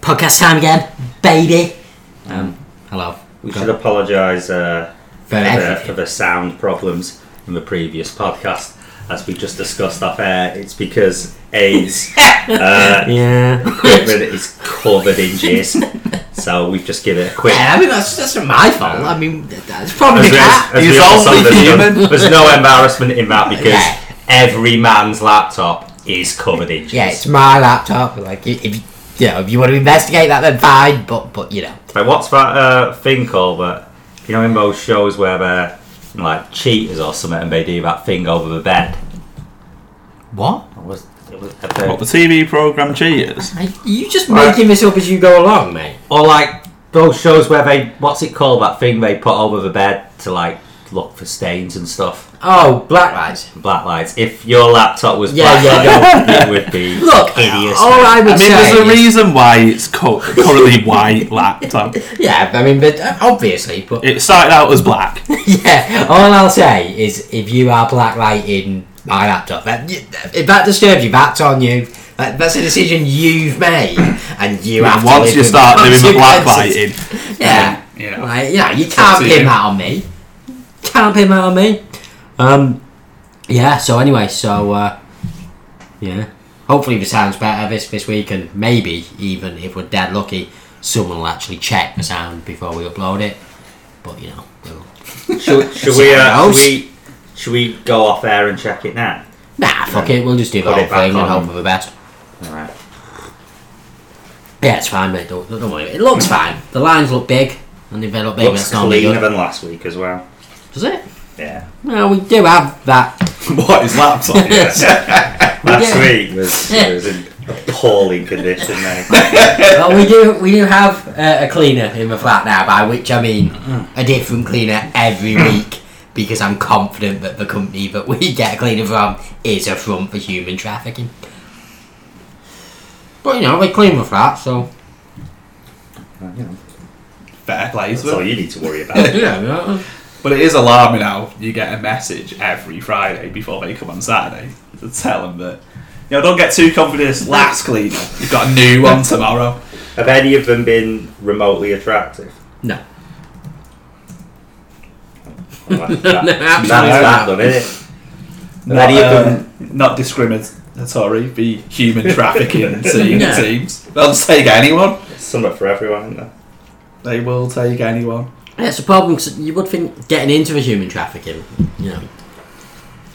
Podcast time again, baby. Um, hello. We should apologise uh, for, Very the- for the sound problems from the previous podcast. As we just discussed off air, it's because A's uh, Yeah. equipment is covered in jizz. So we've just given it a quick. Yeah, I mean that's that's not my fault. I mean that- that's probably As the we- cat. as we He's all only summed it up, human. There's no embarrassment in that because Yeah. every man's laptop is covered in jizz. Yeah, it's my laptop. Like if you, you know, if you want to investigate that, then fine. But but you know, Like, what's that uh, thing called that, you know, in most shows where they're like cheaters or something and they do that thing over the bed? what? What was, it was What, the TV program cheaters? Are you just Right. making this up as you go along, mate? Or like those shows where they, what's it called, that thing they put over the bed to like look for stains and stuff, Oh, black lights. black lights. If your laptop was Yeah, black yeah, it would be Look, hideous. all I would I mean, say. there's a is- reason why it's co- currently white laptop. yeah, I mean, but uh, obviously, but It started out as black. yeah, all I'll say is if you are blacklighting my laptop, that, if that disturbs you, that's on you. That, that's a decision you've made, and you have to. Once live you with start doing the black consequences. lighting, yeah, you know. Like, yeah, you can't to pin you. that on me. Can't pin that on me. Um, yeah. So anyway, so uh, yeah. Hopefully the sound's better this this week, and maybe even if we're dead lucky, someone will actually check the sound before we upload it. But you know, we'll should, should we, uh, Someone should we, should we go off air and check it now? Nah, fuck it. We'll just do the Put whole it back thing and on. hope for the best. Alright. Yeah, it's fine, mate. Don't, don't worry. It looks fine. The lines look big, and if they look big, Looks that's normally cleaner good. than last week as well. Does it? Yeah. No, we do have that. what is laptop? Last Yeah. week was, was in appalling condition, mate. well, we do. We do have uh, a cleaner in the flat now, by which I mean Mm. a different cleaner every week. Because I'm confident that the company that we get a cleaner from is a front for human trafficking. But you know, they clean the flat, so Fair play That's to all them. you need to worry about. yeah, yeah. But it is alarming how you get a message every Friday before they come on Saturday to tell them that, you know, don't get too confident in this last cleaner. You've got a new one tomorrow. Have any of them been remotely attractive? no. Well, that- That's absolutely that not. done, is it? Have Not, any of them uh, not discriminatory, be human trafficking team, Yeah. teams. They'll just take anyone. Summer for everyone, isn't there? They will take anyone. Yeah, it's a problem 'cause you would think getting into the human trafficking, you know,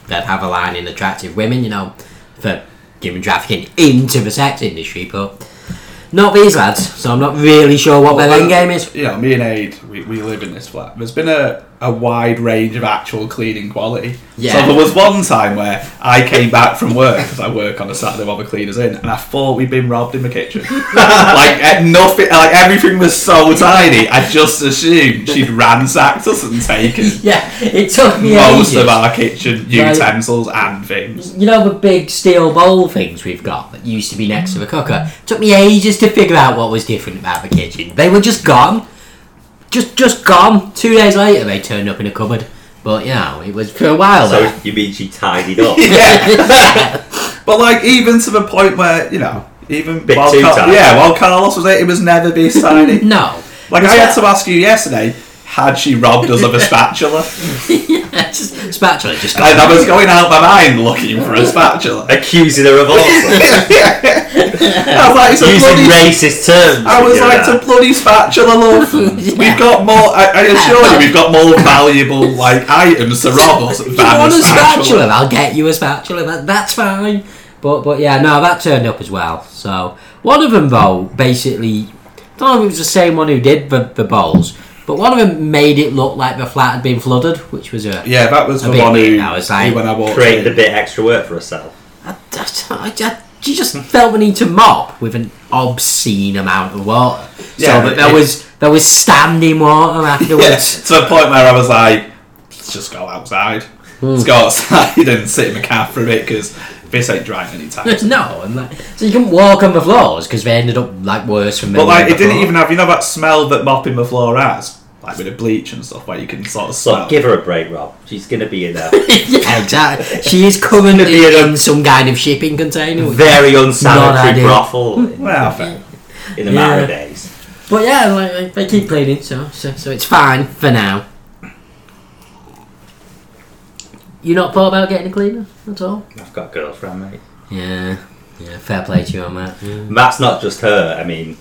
they'd have a line in attractive women, you know, for human trafficking into the sex industry, but not these lads. So I'm not really sure what their end game is. You know, me and Aid, we, we live in this flat. There's been a, a wide range of actual cleaning quality. Yeah. So there was one time where I came back from work, because I work on a Saturday while the cleaner's in, and I thought we'd been robbed in the kitchen. like, eh, nothing, like everything was so tidy, I just assumed she'd ransacked us and taken Yeah, it took me most ages. of our kitchen Right. utensils and things. you know the big steel bowl things we've got that used to be next to the cooker. Took me ages to figure out what was different about the kitchen. They were just gone, just just gone. Two days later, they turned up in a cupboard. But you know, it was for a while. there. So you mean she tidied up? Yeah. but like even to the point where you know even Bit while too Car- tight. yeah while Carlos was there it was never be signing No. like Was I that- had to ask you yesterday had she robbed us of a spatula yeah, just spatula just got and I was going out my mind looking for a spatula Accusing her of all sorts. I was like it's a Using bloody racist terms. I was you know like it's that. a bloody spatula love we've got more I, I assure you we've got more valuable like items to rob us than you want a spatula? spatula I'll get you a spatula. That, that's fine. But but yeah, no, that turned up as well. So one of them though, basically, I don't know if it was the same one who did the, the bowls, but one of them made it look like the flat had been flooded, which was a. yeah that was A the bit one weird, who, I was like, who when I walked in- created a bit extra work for herself. I- I- I- she just felt the need to mop with an obscene amount of water, Yeah, so that but there it- was there was standing water afterwards. Yes, to the point where I was like, let's just go outside. Hmm. Let's go outside and sit in the cab for a bit because this ain't drying any time. no, and like, so you couldn't walk on the floors because they ended up like worse from. the but like, year it didn't before. even have you know that smell that mopping the floor has, like with the bleach and stuff, where you can sort of So smell. give her a break, Rob. She's going to be in there. yeah, exactly. She is currently in some kind of shipping container. Very Not unsanitary ideal. brothel. well, fair. in Yeah. the matter of days. But yeah, like, like, they keep cleaning, so, so so it's fine for now. You not thought about getting a cleaner at all? I've got a girlfriend, mate. Yeah, yeah. Fair play to you on that. Yeah. And that's not just her. I mean,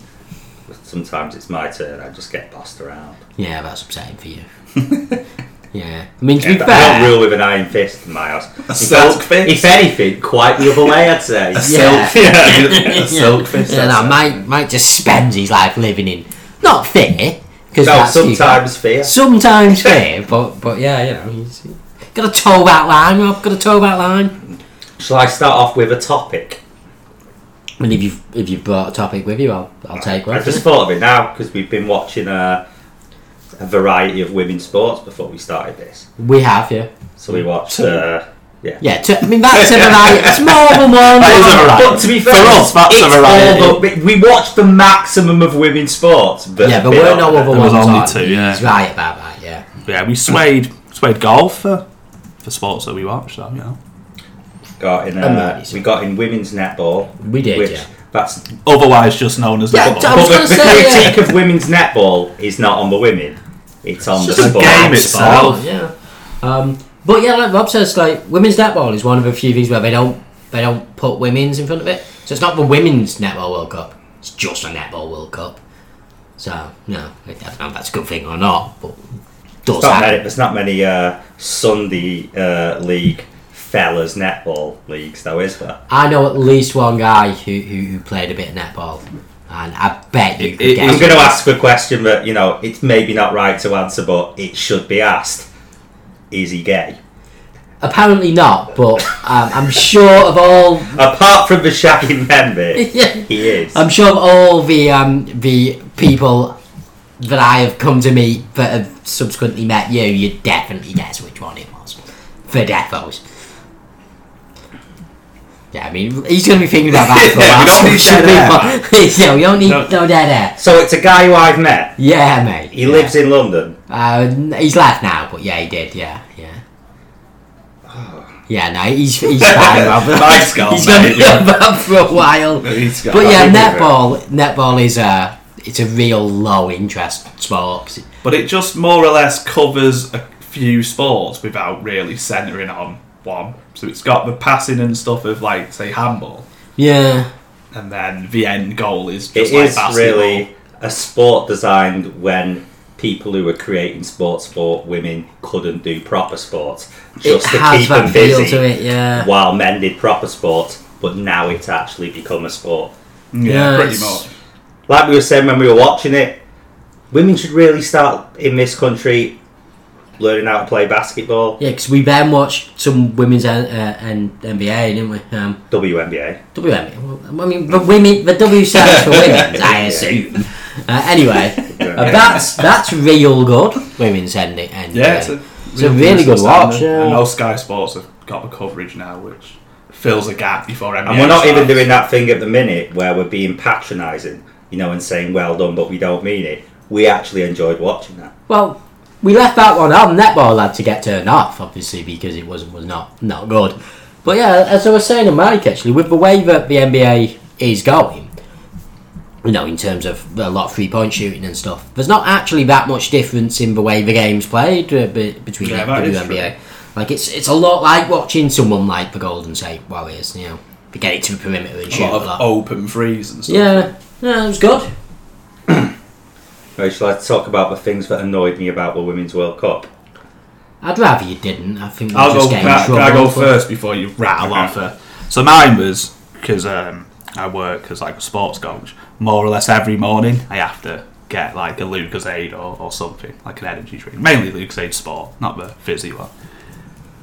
sometimes it's my turn. I just get bossed around. Yeah, that's upsetting for you. yeah, I mean to be Yeah, I don't fair, rule with an iron fist in my house. In fact, silk fist? If anything, quite the other way, I'd say. Yeah. Silk, yeah. Yeah. Silk fist. yeah, that's no, it. Mike Mike just spends his life living in not fear because No, that's sometimes fear. sometimes fair, but but yeah, you know, he's got a toe that line. Rob, got a toe that line. Shall I start off with a topic? And if you've if you've brought a topic with you, I'll I'll take one. I just thought of it now because we've been watching a, a variety of women's sports before we started this. we have, yeah, So we watched. Uh, yeah. yeah. T- I mean that's a variety. It's more than one. That is a variety. But to be For fair, us, that's it's a variety. all the- we watched the maximum of women's sports, but Yeah, but we're no other There was ones. only on. two, yeah. He's right about that. Yeah, Yeah, we swayed swayed golf for, for sports that we watched. So, you know, Got in, uh, Amazing. we got in women's netball. we did. which yeah. that's otherwise just known as Yeah, the I bubble. was but gonna the, the say, yeah. critique of women's netball is not on the women; it's on It's the just a sport. game, it's itself. Oh, yeah. Um, but yeah, like Rob says, like women's netball is one of the few things where they don't they don't put women's in front of it. So it's not the women's netball World Cup. It's just a netball World Cup. So no, I don't know if that's a good thing or not, but it does There's not many, happen. there's not many uh, Sunday uh, league fellas netball leagues, though, is there? I know at least one guy who, who, who played a bit of netball, and I bet you It- could it- guess. I'm going to ask a question that you know it's maybe not right to answer, but it should be asked: Is he gay? Apparently not, but um, I'm sure of all Apart from the shagging men bit, he is. I'm sure of all the um, the people that I have come to meet that have subsequently met you, you definitely guess which one it was. The Defos. Yeah, I mean, he's going to be thinking about that for a Yeah, we while. don't need Some dead people- yeah, we don't need No. no, dead air. so it's a guy who I've met. Yeah, mate. He lives in London. Uh, n- he's left now, but yeah, he did. Yeah, yeah. Yeah, no, he's he's fine. Rob. Nice goal, He's gonna Oh, mate. be up for a while. He's got- But yeah, think netball netball is a it's a real low interest sport. 'cause it- But it just more or less covers a few sports without really centering on one. So it's got the passing and stuff of like say handball, Yeah, and then the end goal is It is just like basketball. really a sport designed when people who were creating sports for women couldn't do proper sports just it to has keep that them feel busy to it. Yeah, while men did proper sports but now it's actually become a sport yeah, Yeah, pretty it's- much. like we were saying when we were watching it women should really start in this country learning how to play basketball yeah. Because we then watched some women's N- uh, N- NBA, didn't we? Um, WNBA WNBA. Well, I mean, the women, the W stands for women's, I assume. Uh, anyway, uh, that's that's real good. Women's ending. ending. Yeah, it's a, It's a really good standard. watch, yeah. I know Sky Sports have got the coverage now, which fills a gap before NBA. and we're not even starts. doing that thing at the minute where we're being patronising you know and saying well done but we don't mean it we actually enjoyed watching that Well, we left that one on. Netball had to get turned off, obviously, because it was was not not good. But yeah, as I was saying to Mike, actually, with the way that the NBA is going, you know, in terms of a lot of three point shooting and stuff, there's not actually that much difference in the way the game's played uh, be- between Yeah, the that is WNBA. Like it's it's a lot like watching someone like the Golden State Warriors, you know, they get it to the perimeter and a shoot lot of open threes and stuff. Yeah, yeah, it was good. Right, shall I talk about the things that annoyed me about the Women's World Cup? I'd rather you didn't. I think we'll I'll go. just get Can in I, can I trouble go for- first before you rattle Okay. off? uh, So mine was because um, I work as like a sports coach. More or less every morning, I have to get like a Lucasade or, or something like an energy drink. Mainly Lucasade Sport, not the fizzy one.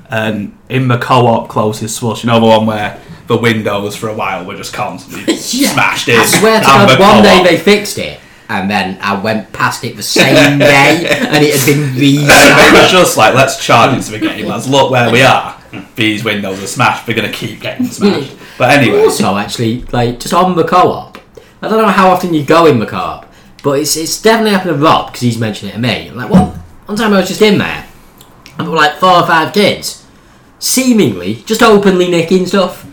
And in the co-op closest slush, you know the one where the windows for a while were just constantly Yeah. smashed in. I swear to And the God, one day co-op- they fixed it, and then I went past it the same day, and it had been re they were just like, let's charge into the game, lads. Look where we are. These windows are smashed. We're gonna keep getting smashed. But anyway, Also, actually, like just on the co-op, I don't know how often you go in the co-op, but it's it's definitely happened to Rob because he's mentioned it to me. Like one one time I was just in there, and there were like four or five kids, seemingly just openly nicking stuff.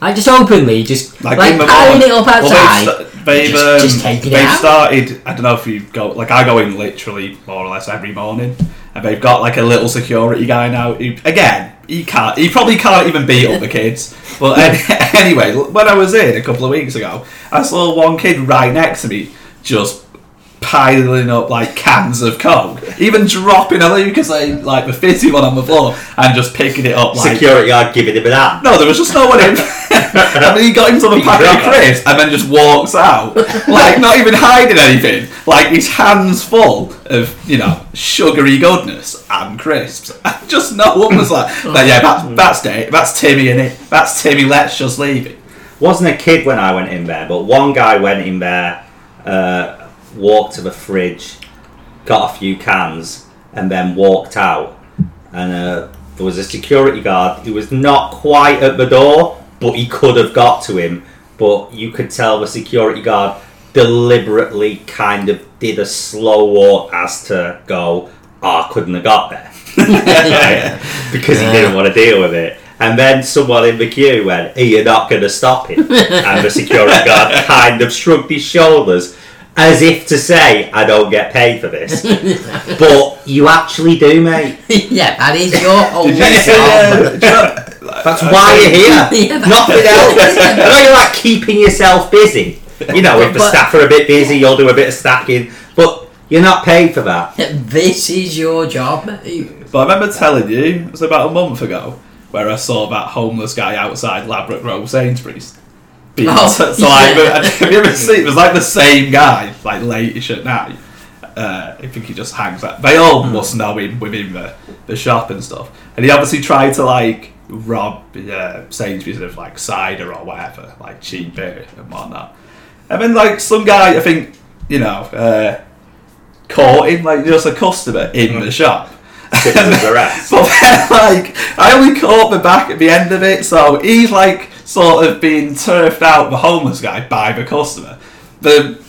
Like just openly, just like, in the piling morning- it up Well, they'd outside, st- They've, um, Just- just take it they've out. started. I don't know if you go like I go in literally more or less every morning, and they've got like a little security guy now. Who, again, he can't. He probably can't even beat up the kids. But an- anyway, when I was in a couple of weeks ago, I saw one kid right next to me just piling up like cans of coke, even dropping a Lucas like the fizzy one on the floor, and just picking it up like Security guard giving him an hand. no, there was just no one in. I mean, he got himself a packet of crisps and then just walks out, like not even hiding anything. Like his hands full of you know sugary goodness and crisps. And just no one was like, "No, yeah, that's that's it. That's Timmy in it. That's Timmy. Let's just leave it. Wasn't a kid when I went in there, but one guy went in there, uh, walked to the fridge, got a few cans, and then walked out. And uh, there was a security guard who was not quite at the door, but he could have got to him. But you could tell the security guard deliberately kind of did a slow walk as to go, "Ah, I couldn't have got there. because he didn't want to deal with it. And then someone in the queue went, "Hey, "You're not going to stop him." and the security guard kind of shrugged his shoulders, as if to say, "I don't get paid for this." but you actually do, mate. yeah, that is your whole Did you- um, uh, job. Do you know- That's why you're here. Yeah, that's- Nothing else. I know you like keeping yourself busy. You know, if the But- staff are a bit busy, you'll do a bit of stacking. But you're not paid for that. This is your job, mate. But I remember telling you, it was about a month ago, where I saw that homeless guy outside Labrador Road, Sainsbury's. Being Oh, so, so like, yeah. have you ever seen? It was like the same guy, like late-ish at night. Uh, I think he just hangs out. They all Hmm. must know him within the, the shop and stuff. And he obviously tried to like rob uh, Sainsbury's of like cider or whatever, like cheap beer and whatnot. And then like some guy, I think you know, uh, caught him like just a customer in the shop. Sitting with the rest. But then, like, I only caught the back at the end of it, so he's like sort of being turfed out the homeless guy by the customer. The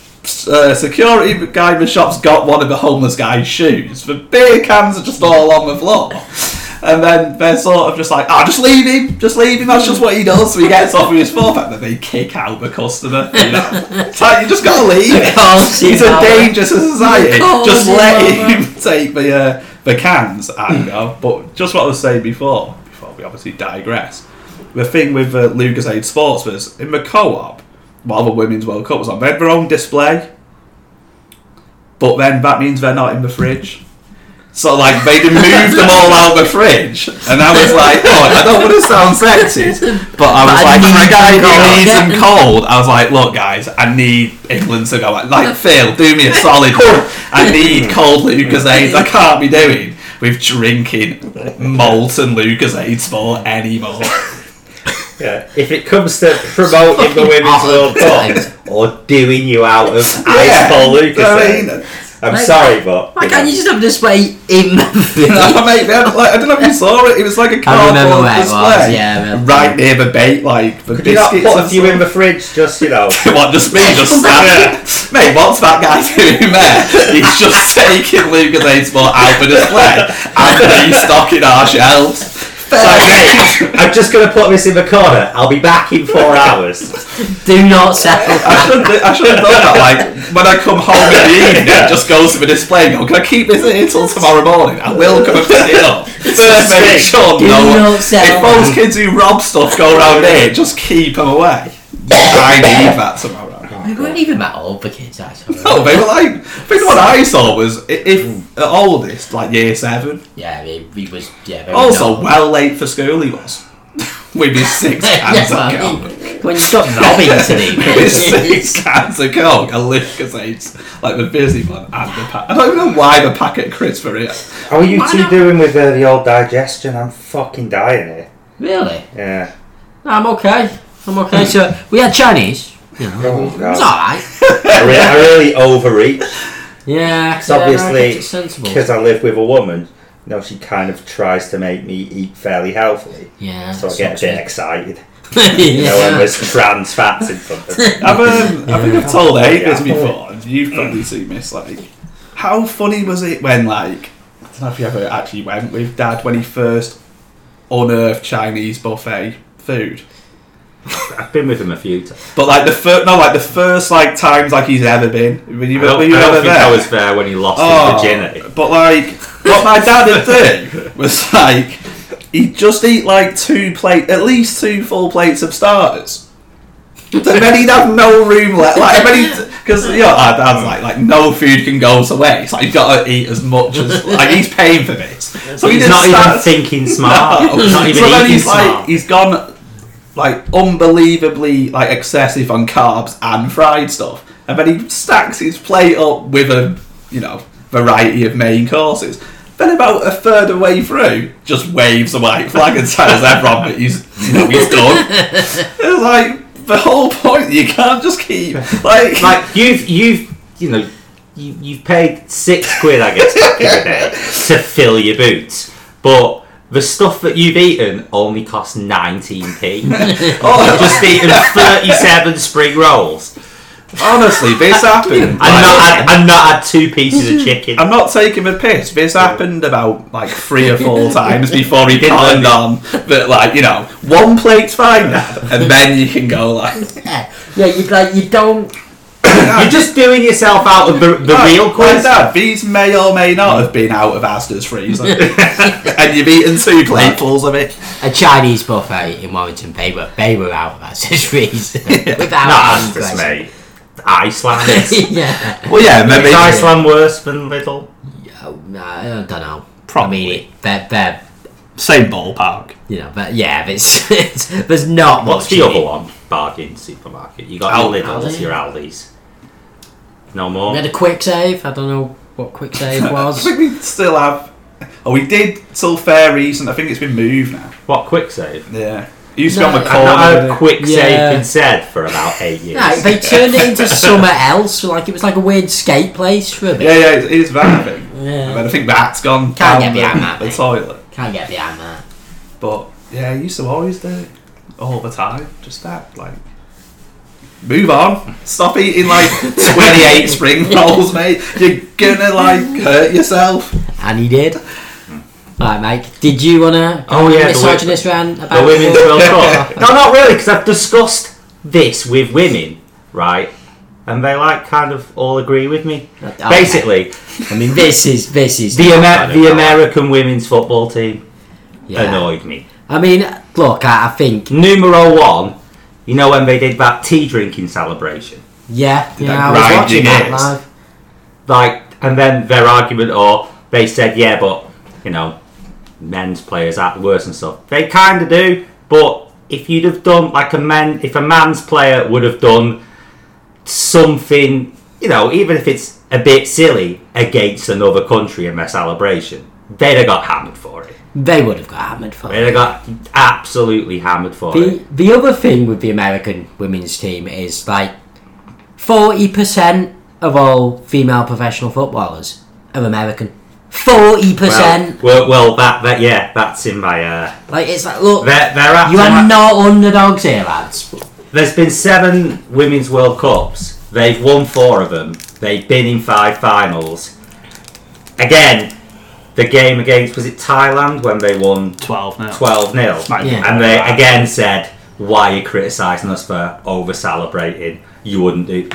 uh, security guy in the shop's got one of the homeless guy's shoes. The beer cans are just all on the floor. And then they're sort of just like, oh, just leave him, just leave him, that's just what he does. So he gets off with his forepack, then they kick out the customer. You know? it's like, you just gotta leave. Calls him He's a out. danger to society. Calls Just him let out. him take the uh, the cans. I don't know, but just what I was saying before. Before we obviously digress. The thing with uh, Lucas Aid Sports was in the co-op while the Women's World Cup was on, they had their own display. But then that means they're not in the fridge. So like they'd moved them all out the fridge, and I was like, oh, I don't want to sound sexist, but I was But I like, for a need guy who them cold. needs them cold, I was like, look, guys, I need England to go. out." Like Phil, do me a solid. I need cold Lucasade. I can't be doing with drinking molten Lucasade sport anymore. Yeah. If it comes to promoting the Women's hard. World Cup or doing you out of ice cold Lucas, I mean, uh, I'm Like- sorry, but Why can't you just have a display in the No, village? mate, they had, like, I don't know if you saw it. It was like a I cardboard remember where it was, display, yeah, but- right near the bait, like the Could you not biscuits. put a and few stuff. in the fridge? Just you know, what, just me, just standing there? Mate, what's that guy doing there? He's just taking Lucas Ainsmore out of display and restocking our shelves. like, mate, I'm just gonna put this in the corner. I'll be back in four hours. Do not settle. I should, I should have done that, like, when I come home in the evening, I just go to the display and go, can I keep this here till tomorrow morning? I will come and pick it up. First, make sure Do no one... not sell. If those kids who rob stuff go around here, just keep them away. I need that tomorrow. We weren't even that old for kids, actually. No, they were like. I think what I saw was i- if at oldest, like year seven. Yeah, I mean, we was Oh, yeah. Very Also, not- well late for school he was. With his six yeah, cans well, of I mean, um, coke. when you've got robbing to do, With his six cans of coke, a Lucas AIDS, like the busy one and the pack. I don't even know why the packet of crisps were here. How are you Why two not? doing with uh, the old digestion? I'm fucking dying here. really? Yeah. No, I'm okay. I'm okay. So we had Chinese. You know, Oh it's god. all right. I, re- I really overreach Yeah, It's obviously it's sensible. because I live with a woman. You know, she kind of tries to make me eat fairly healthily, Yeah, so I it's get a bit not excited. good. You know, when yeah. there's trans fats in front of me. I've, um, I think I've told Abe this Yeah. before, and you've probably seen this. Like, how funny was it when, like, I don't know if you ever actually went with Dad when he first unearthed Chinese buffet food. I've been with him a few times. But like the first, no, like the first like times like he's ever been. When you, I don't, when you I don't ever think there. I was there when he lost Oh, his virginity. But like, what my dad would do was like, he'd just eat like two plate, at least two full plates of starters. And then he'd have no room left. Like, because you know, our dad's like, like no food can go to waste. Like, you've got to eat as much as like he's paying for this. So he he's just not even starts- thinking smart. No. He's Ah, not even so then eating he's smart. like, he's gone like unbelievably like excessive on carbs and fried stuff, and then he stacks his plate up with a you know variety of main courses. Then about a third of the way through, just waves a white flag and tells everyone that he's you know, he's done. It's like the whole point. You can't just keep like Like you've you've you know you, you've paid six quid I guess back in the day to fill your boots, but the stuff that you've eaten only costs nineteen p. hon- I've just eaten thirty-seven spring rolls honestly, this happened. and Like- not had, and not had two pieces of chicken. I'm not taking the piss. This happened about like three or four times before he Didn't turned let on that, like you know, one plate's fine, Dad, and then you can go like yeah, yeah, you like you don't. You're just doing yourself out of the, the Right, real like quiz. that, These may or may not have been out of Asda's freezer, and you've eaten two platefuls of it. A Chinese buffet in Warrington, they were they were out. That's his reason. Without Nah, any that's question. mate. Iceland is. yeah. Well, yeah, maybe Is Iceland worse than Lidl? Oh, no, I don't know. I mean, Probably. it- they're, they're same ballpark. you know, but yeah, it's, it's there's not What's much. the in other it. one? Bargain supermarket. You got your Aldi. Lidl's, your Aldi's. No We more. had a quick save. I don't know what quick save I was. think we still have. Oh, we did till fair recent. I think it's been moved now. What quick save? Yeah, it used to be No, on the I've I've corner. not didn't had it? quick Yeah. save been said for about eight years. No, they turned it into somewhere else. Like it was like a weird skate place for a bit. Yeah, yeah, it is that thing. Yeah. But I think that's gone Can't down get behind that, the, the mate. toilet. Can't get behind that. But yeah, I used to always do it all the time. Just that, like, move on. Stop eating like 28 spring rolls, mate. You're gonna like hurt yourself. And he did. Right, Mike. Did you wanna? Hmm. Oh, go on a yeah, the misogynist rant about the women's football? World Cup. No, not really, because I've discussed this with women, right? And they like kind of all agree with me. Okay. Basically, I mean, this is this is the I Amer- don't the know. American women's football team Yeah. annoyed me. I mean, look, I, I think Numero one, you know when they did that tea drinking celebration. yeah, that yeah. I was grind watching you that guys? live. like and then their argument or they said yeah but you know men's players act worse and stuff they kind of do but if you'd have done like a men if a man's player would have done something you know even if it's a bit silly against another country in their celebration they'd have got hammered for it They would have got hammered for they'd have it. got absolutely hammered for it The the other thing with the American women's team is like forty percent of all female professional footballers are American. Forty well, percent. well, well that, that yeah that's in my uh Like it's like, look, they're, they're after you are that- not underdogs here, lads. There's been seven Women's World Cups. They've won four of them. They've been in five finals. Again, the game against was it Thailand when they won 12 now. 12 0. Might be Yeah. And they again said, Why are you criticising us for over celebrating? You wouldn't do.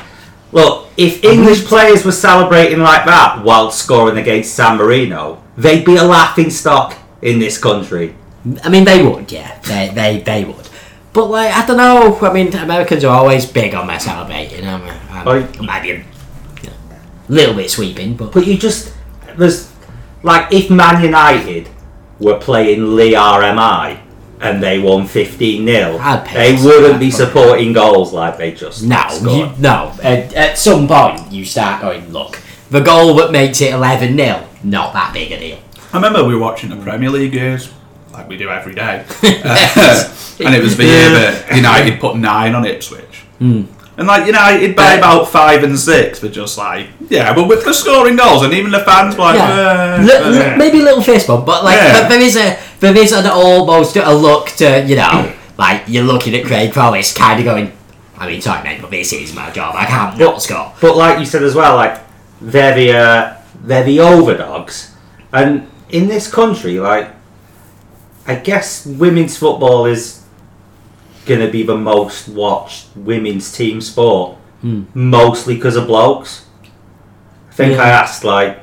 Look, if English players were celebrating like that while scoring against San Marino, they'd be a laughing stock in this country. I mean, they would, yeah, they they they would. But like, I don't know. I mean, Americans are always big on their celebrating. I'm, I'm, I- I might be a you know, little bit sweeping, but But you just there's like if Man United were playing Lee RMI and they won 15 0, I'd pay they us wouldn't that, be but- supporting goals like they just No, you, scored. no. At, at some point, you start going, look, the goal that makes it 11 0, not that big a deal. I remember we were watching the Premier League games, like we do every day. Uh, and it was the year that United put nine on Ipswich. And like United by Hmm. Yeah. about five and six, but just like yeah, but with the scoring goals, and even the fans were like, Yeah. "Eh, Li- li- eh." maybe a little fist bump, but like Yeah. but there is a there is an almost a look to you know like you're looking at Craig Forrest kind of going. I mean, sorry, mate, but this is my job. I can't not score. But like you said as well, like they're the uh, they're the overdogs, and in this country, like I guess women's football is going to be the most watched women's team sport, mostly because of blokes. I think Yeah. I asked like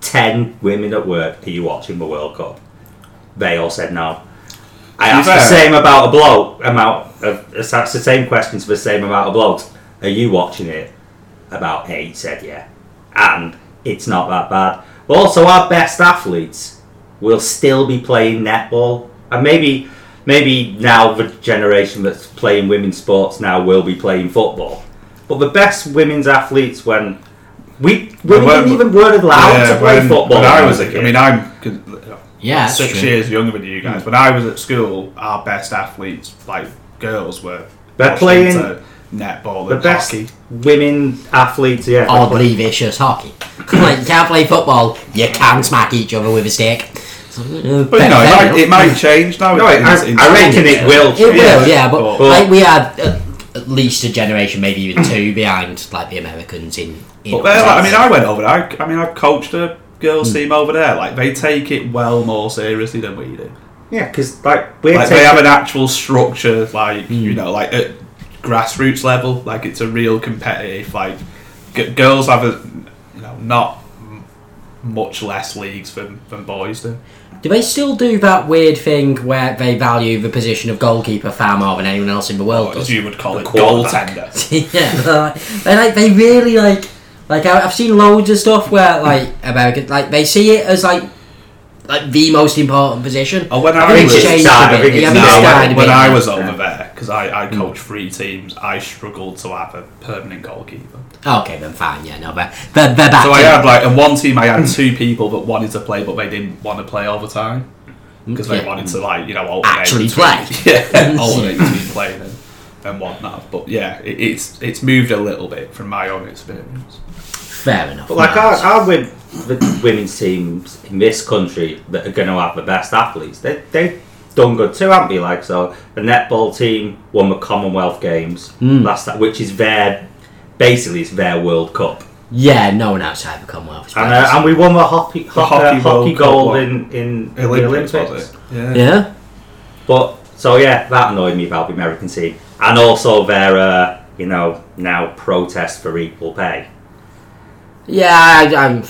10 women at work, Are you watching the World Cup? They all said no. I To be asked the fair- same about a bloke amount of I asked the same question to the same amount of blokes. Are you watching it? About eight said yeah, and it's not that bad. But also, our best athletes will still be playing netball, and maybe maybe now the generation that's playing women's sports now will be playing football. But the best women's athletes when we women when- didn't even were allowed to play when, football. when I was a a kid. I mean, I'm 'cause- Yeah, that's six true. years younger than you guys. When I was at school, our best athletes, like girls, were They're washed playing into netball the and best hockey. women athletes, yeah, they're playing- Oddly vicious hockey. like, you can't play football, you can smack each other with a stick. So, uh, But fair- you know, fair it might, enough. it might change now. No, I, in- I, in- I reckon it will. It will, Yeah, yeah, but, but- like we are at, at least a generation, maybe even two behind like the Americans in. in But they're like, I mean, I went over there. I, I mean, I coached a girls' team over there. Like, they take it well more seriously than we do. Yeah, because like we're Like, they taking, have an actual structure, like you know, like at grassroots level. Like, it's a real competitive. Like, g- girls have a, you know, not m- much less leagues than, than boys do. do they still do that weird thing where they value the position of goalkeeper far more than anyone else in Oh, the world As does? Oh, you would call it, quarterback. goaltender. yeah, they're like, they like they really like like I- I've seen loads of stuff where like American like they see it as like like the most important position. Oh, when I think was- it's changed Nah, a I bit. think it's Yeah, now. it's No, died a when, bit when now. I was over there, because I, I coached three teams, I struggled to have a permanent goalkeeper. Okay, then fine. Yeah, no, they're, they're, they're back. So I to- had like, and one team I Hmm. had two people that wanted to play, but they didn't want to play all the time because they Yeah. wanted to like you know alternate Actually between- play. yeah, alternate between playing and, and whatnot. But yeah, it, it's it's moved a little bit from my own experience. fair enough. but like no, our, it's- our wom- the women's teams in this country that are going to have the best athletes, they they done good too, haven't they? Like so, the netball team won the Commonwealth Games Hmm. last time, which is their basically it's their World Cup, yeah, no one outside the Commonwealth. is and playing. uh, and we won the hockey ho- hockey, uh, hockey hockey World Cup gold one. in in the Olympics, Olympics. was it? Yeah. yeah, But so yeah, that annoyed me about the American team, and also their uh, you know now protest for equal pay. yeah, I, I'm.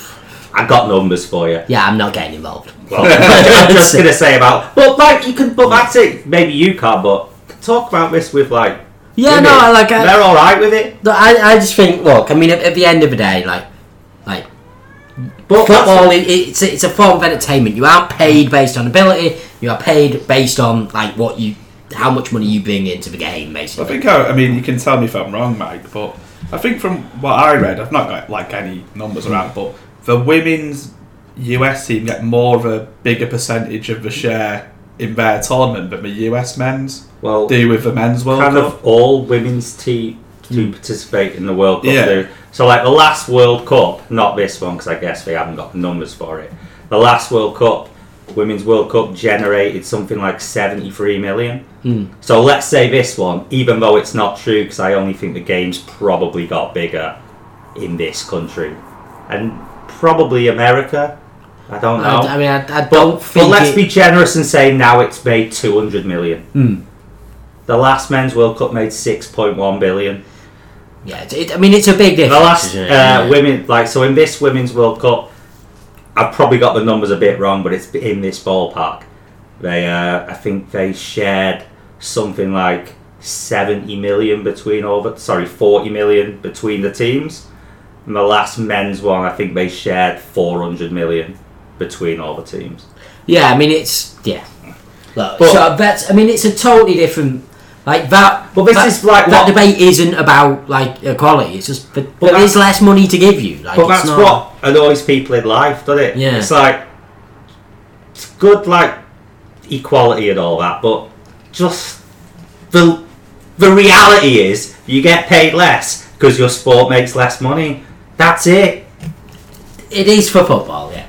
I got numbers for you. Yeah, I'm not getting involved. Well, I'm just gonna say about. But like you can, but that's it. Maybe you can't. But talk about this with like. Yeah, women. no, I like. uh, I, they're all right with it. No, I, I just think, look, I mean, at, at the end of the day, like, like But that's, Mm. football, it, it's a- it's a form of entertainment. You aren't paid based on ability. You are paid based on like what you, how much money you bring into the game, I basically. think I, I mean you can tell me if I'm wrong, Mike, but I think from what I read, I've not got like any numbers Hmm. around, but the women's US team get more of a bigger percentage of the share in their tournament than the US men's well, do with the men's World kind Cup. Hmm. of all women's team to participate in the World Cup. Yeah. do. So like the last World Cup, not this one because I guess they haven't got the numbers for it. The last World Cup, Women's World Cup generated something like seventy-three million. Hmm. So let's say this one, even though it's not true, because I only think the games probably got bigger in this country, and probably America. I don't know. I, I mean, I, I don't But, think. but let's it- Hmm. be generous and say now it's made 200 million. The last men's World Cup made 6.1 billion. Yeah, it, it- I mean, it's a big The difference. last isn't it? uh, Yeah. women, like, so in this women's World Cup, I've probably got the numbers a bit wrong, but it's in this ballpark. They, uh, I think they shared something like 70 million between all the, sorry, 40 million between the teams. And the last men's one, I think they shared 400 million between all the teams. Yeah, I mean, it's yeah. Look, But- so that's. I mean, it's a totally different. Like that, But this that, is like that what- debate isn't about like equality. It's just but, there that's- is less money to give you. Like, But it's that's not, what annoys people in life, doesn't it? Yeah. It's like it's good, like equality and all that, but just the the reality is you get paid less because your sport makes less money. That's it. it is for football. Yeah,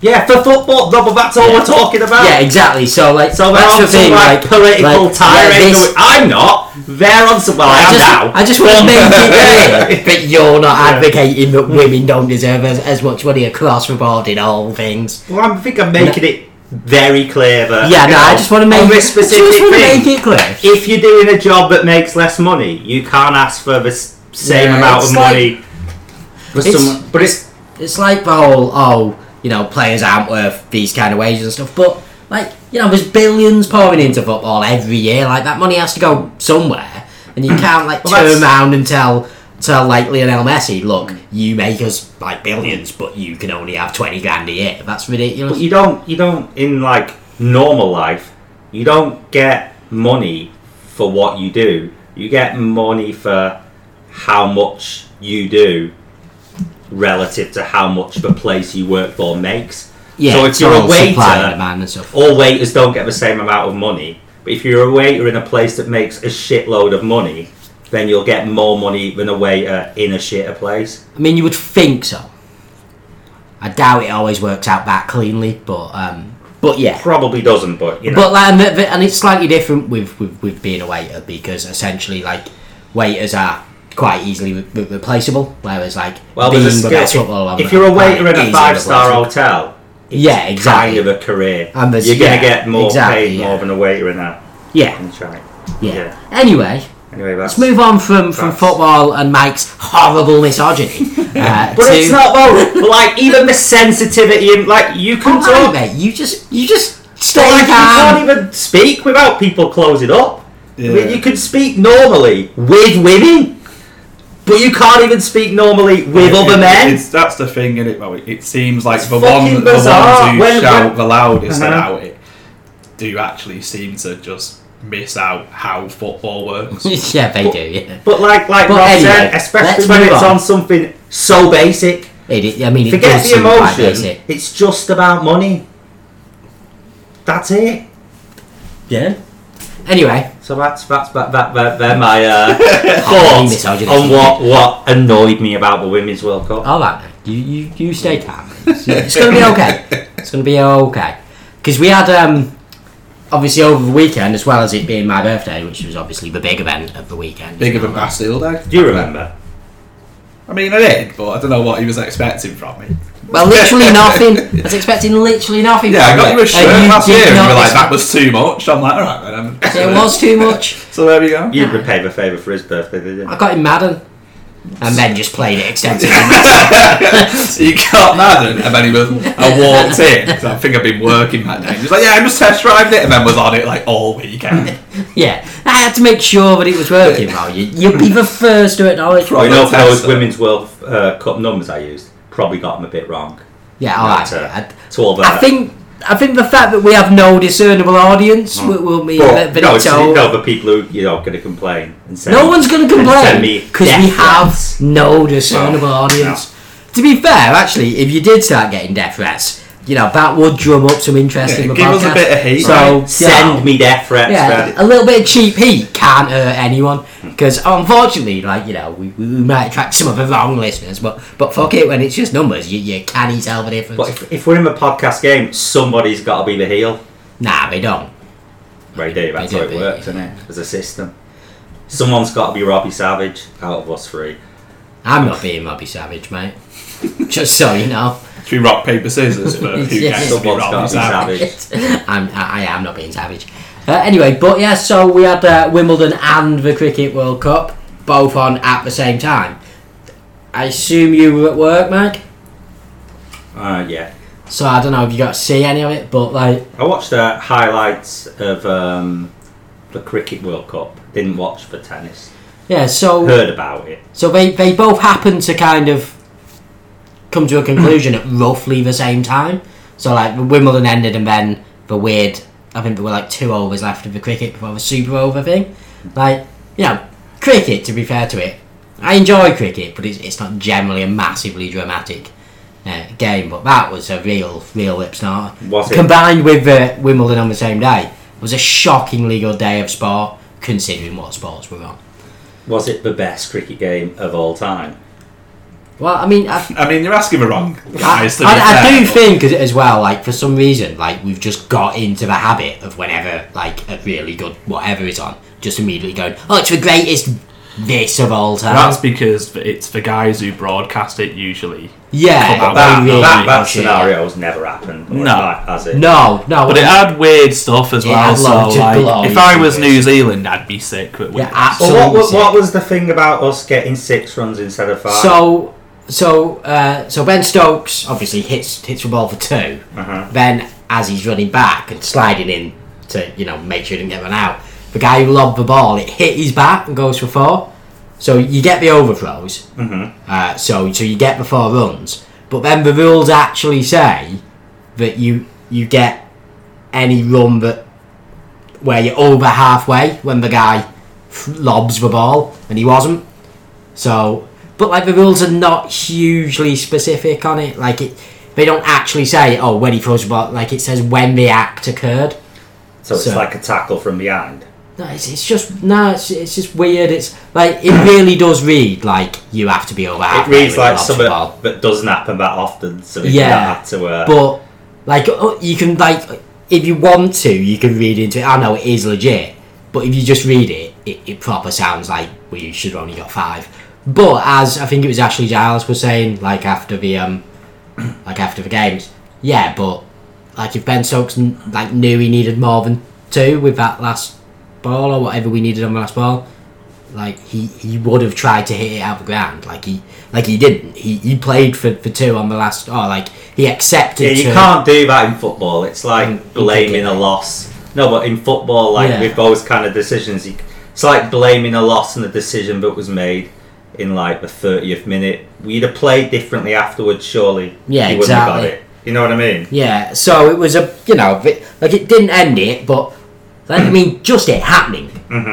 Yeah, for football, no, but that's all Yeah. we're talking about. yeah, exactly. So like, Uh, So they're that's on the some thing. like, Like, political like, tirade. yeah, this- going- I'm not. They're on some. Well, I, I am just, now. I just want to make it clear that you're not advocating that women don't deserve as, as much money across the board in all things. Well, I think I'm making it very clear that. Yeah, you no, I know, just want to on make, this I specific just wanna thing, make it clear. If you're doing a job that makes less money, you can't ask for the s- same Yeah, amount it's of like- money. But, It's- someone, but it's It's like the whole, oh, you know, players aren't worth these kind of wages and stuff, but, like, you know, there's billions pouring into football every year. Like, that money has to go somewhere. And you can't, like, Mm. Well, turn that's- around and tell, tell, like, Lionel Messi, look, you make us, like, billions, but you can only have 20 grand a year. That's ridiculous. but you don't you don't in like normal life you don't get money for what you do. You get money for how much you do relative to how much the place you work for makes. yeah, so if it's you're a all supply waiter, and demand and stuff. all waiters don't get the same amount of money. But if you're a waiter in a place that makes a shitload of money, then you'll get more money than a waiter in a shitter place. I mean, you would think so. I doubt it always works out that cleanly, but, um, but yeah. Probably doesn't, but you know. But like, and, th- th- and it's slightly different with, with with being a waiter because essentially, like, waiters are quite easily re- re- replaceable, whereas like well, being there's a the skill. best footballer on If, if the you're a planet waiter in a is five-star irreplaceable. hotel, yeah, kind exactly, of a career, And there's- you're gonna yeah, get more exactly, paid yeah. more than a waiter in a yeah, in China. yeah, Yeah. Anyway, Anyway, let's that's. move on from from That's- football and Mike's horrible misogyny. uh, but to, it's not though. like even the sensitivity and like you can All right, talk, mate. You just you just but, stay like you calm. can't even speak without people closing up. I mean, Yeah. you can speak normally with women, but you can't even speak normally with It- other it- men. It's, that's the thing, in it? Well, it, it seems like It's the fucking one, the ones bizarre. who When- shout when- the loudest Uh-huh. about it do actually seem to just miss out how football works. yeah, they do. Yeah, but like, like But Rob anyway, said, especially let's when move it's on. on something so basic. it, I mean, it Forget does the seem quite emotion. basic. It's just about money. That's it. Yeah. Anyway, So that's that's that that, that they're my uh, Horrible thoughts misogyny. on what what annoyed me about the Women's World Cup. All right, mate. You, you, you stay calm. It's, it's going to be okay. It's going to be okay. Because we had, um, obviously, over the weekend, as well as it being my birthday, which was obviously the big event of the weekend. Big of a Bastille Day. Do you remember? I mean, I did, but I don't know what he was expecting from me. Well, literally nothing. I was expecting literally nothing. Yeah, I from got it. you a shirt And you last did year, and you not were like, dis- "That was too much." I'm like, "All right, then." I'm- It was too much. So there we go. You repaid the favour for his birthday, didn't I you? got him Madden. And then just played it extensively. So you got Madden, and then he was. I walked in. 'cause I think I've been working that day. He was like, "Yeah, I just test drived it," and then was on it like all weekend. yeah. I had to make sure that it was working well. You, you'd be the first to acknowledge. Right. You know, for those Tester. Women's World uh, Cup numbers I used, probably got them a bit wrong. Oh, Yeah, alright. Matter. I- To all that. I think I think the fact that we have no discernible audience will, will mean that, But, that Hmm. no, it's it's, all. no, the people who you know going to complain and say no one's going to complain send me because we death have threats. no discernible Well, audience. To be fair, actually, if you did start getting death threats, you know that would drum up some interest Yeah, in the give us a podcast. bit of heat, So right? yeah. send me death threats. Yeah, then. a little bit of cheap heat can't hurt anyone because unfortunately, like you know, we, we might attract some of the wrong listeners, but but fuck it, when it's just numbers, you, you can't tell the difference. But if, if we're in the podcast game, somebody's got to be the heel. nah, they don't. Right there, that's do how a it bit, works, yeah. isn't it? There's a system. Someone's got to be Robbie Savage out of us three. I'm not being Robbie Savage, mate. Just so you know, Should we rock paper scissors for who Yeah. gets to be Someone's got Robbie to be Savage? Savage. I'm, I, I am not being savage. Uh, anyway, but yeah, so we had uh, Wimbledon and the Cricket World Cup both on at the same time. I assume you were at work, Mike. Uh, yeah. So I don't know if you got to see any of it, but like, I watched the highlights of um, the Cricket World Cup. Didn't watch the tennis. yeah. So Heard about it. So they, they both happen to kind of come to a conclusion at roughly the same time. So like Wimbledon ended and then the weird I think there were like two overs left of the cricket before the super over thing. Like, you know, cricket to be fair to it. I enjoy cricket, but it's, it's not generally a massively dramatic uh, game. But that was a real, real lip snarter. Was it? Combined with uh, Wimbledon on the same day, it was a shockingly good day of sport, considering what sports were on. Was it the best cricket game of all time? Well, I mean, I, I mean, you're asking the wrong I, guys. to be I- I fair, do but- think as, as well, like for some reason, like we've just got into the habit of whenever like a really good whatever is on, just immediately going, oh, it's the greatest this of all time. That's because it's the guys who broadcast it usually. yeah, Come on, That, Yeah. that, that Yeah. scenario's never happened. or No. ha- Has it? no, no. But it had weird stuff as It well. had loads So of like, glowy if I was figures. New Zealand, I'd be sick. But we yeah, absolutely. Well, what, was, sick. what was the thing about us getting six runs instead of five? So, so, uh, so Ben Stokes obviously hits hits the ball for 2 Then, as he's running back and sliding in to you know make sure he didn't get run out, the guy who lobbed the ball it hit his back and goes for four. So you get the overthrows. Uh, so so you get the four runs, but then the rules actually say that you you get any run that where you're over halfway when the guy lobs the ball, and he wasn't. So, but like the rules are not hugely specific on it. Like it, they don't actually say, "Oh, when he throws the ball." Like it says when the act occurred. so it's so- like a tackle from behind. No, it's, it's just no, it's, it's just weird. It's like it really does read like you have to be over. It halfway reads when he like lobs the something ball. that doesn't happen that often, so it's Yeah. not to. Uh, But like uh, you can like if you want to, you can read into it. I know it is legit, but if you just read it, it, it proper sounds like we should have only got five. But as I think it was Ashley Giles was saying, like after the um, like after the games, yeah. But like if Ben Stokes n- like knew he needed more than two with that last ball or whatever we needed on the last ball, like he, he would have tried to hit it out the ground. Like he like he didn't. He he played for, for two on the last or like he accepted Yeah, you to- can't do that in football. It's like Mm, you blaming think a it- loss. No, but in football, like Yeah. with those kind of decisions, you, it's like blaming a loss and the decision that was made in like the thirtieth minute. We'd have played differently afterwards, surely. Yeah, you wouldn't have got exactly. it. You know what I mean? Yeah, so it was a you know bit, like it didn't end it, but like, I mean just it happening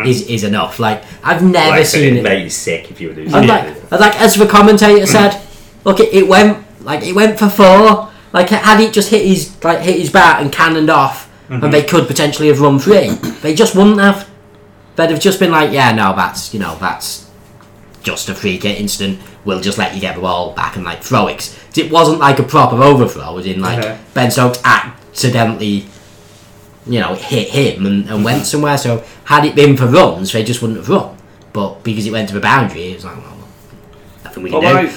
is is enough. Like I've never Mm-hmm. Like, seen it'd it. make you sick if you were doing. And it. like, and like as the commentator said, look, it, it went like it went for four. Like had it just hit his like hit his bat and cannoned off, and they could potentially have run three. They just wouldn't have. They'd have just been like, yeah, no, that's you know that's just a free kick incident. We'll just let you get the ball back and like throw it. 'Cause It wasn't like a proper overthrow. It was in like Okay. Ben Stokes accidentally. You know, it hit him and, and went somewhere. So had it been for runs, they just wouldn't have run. But because it went to the boundary, it was like, well, nothing we can But do. like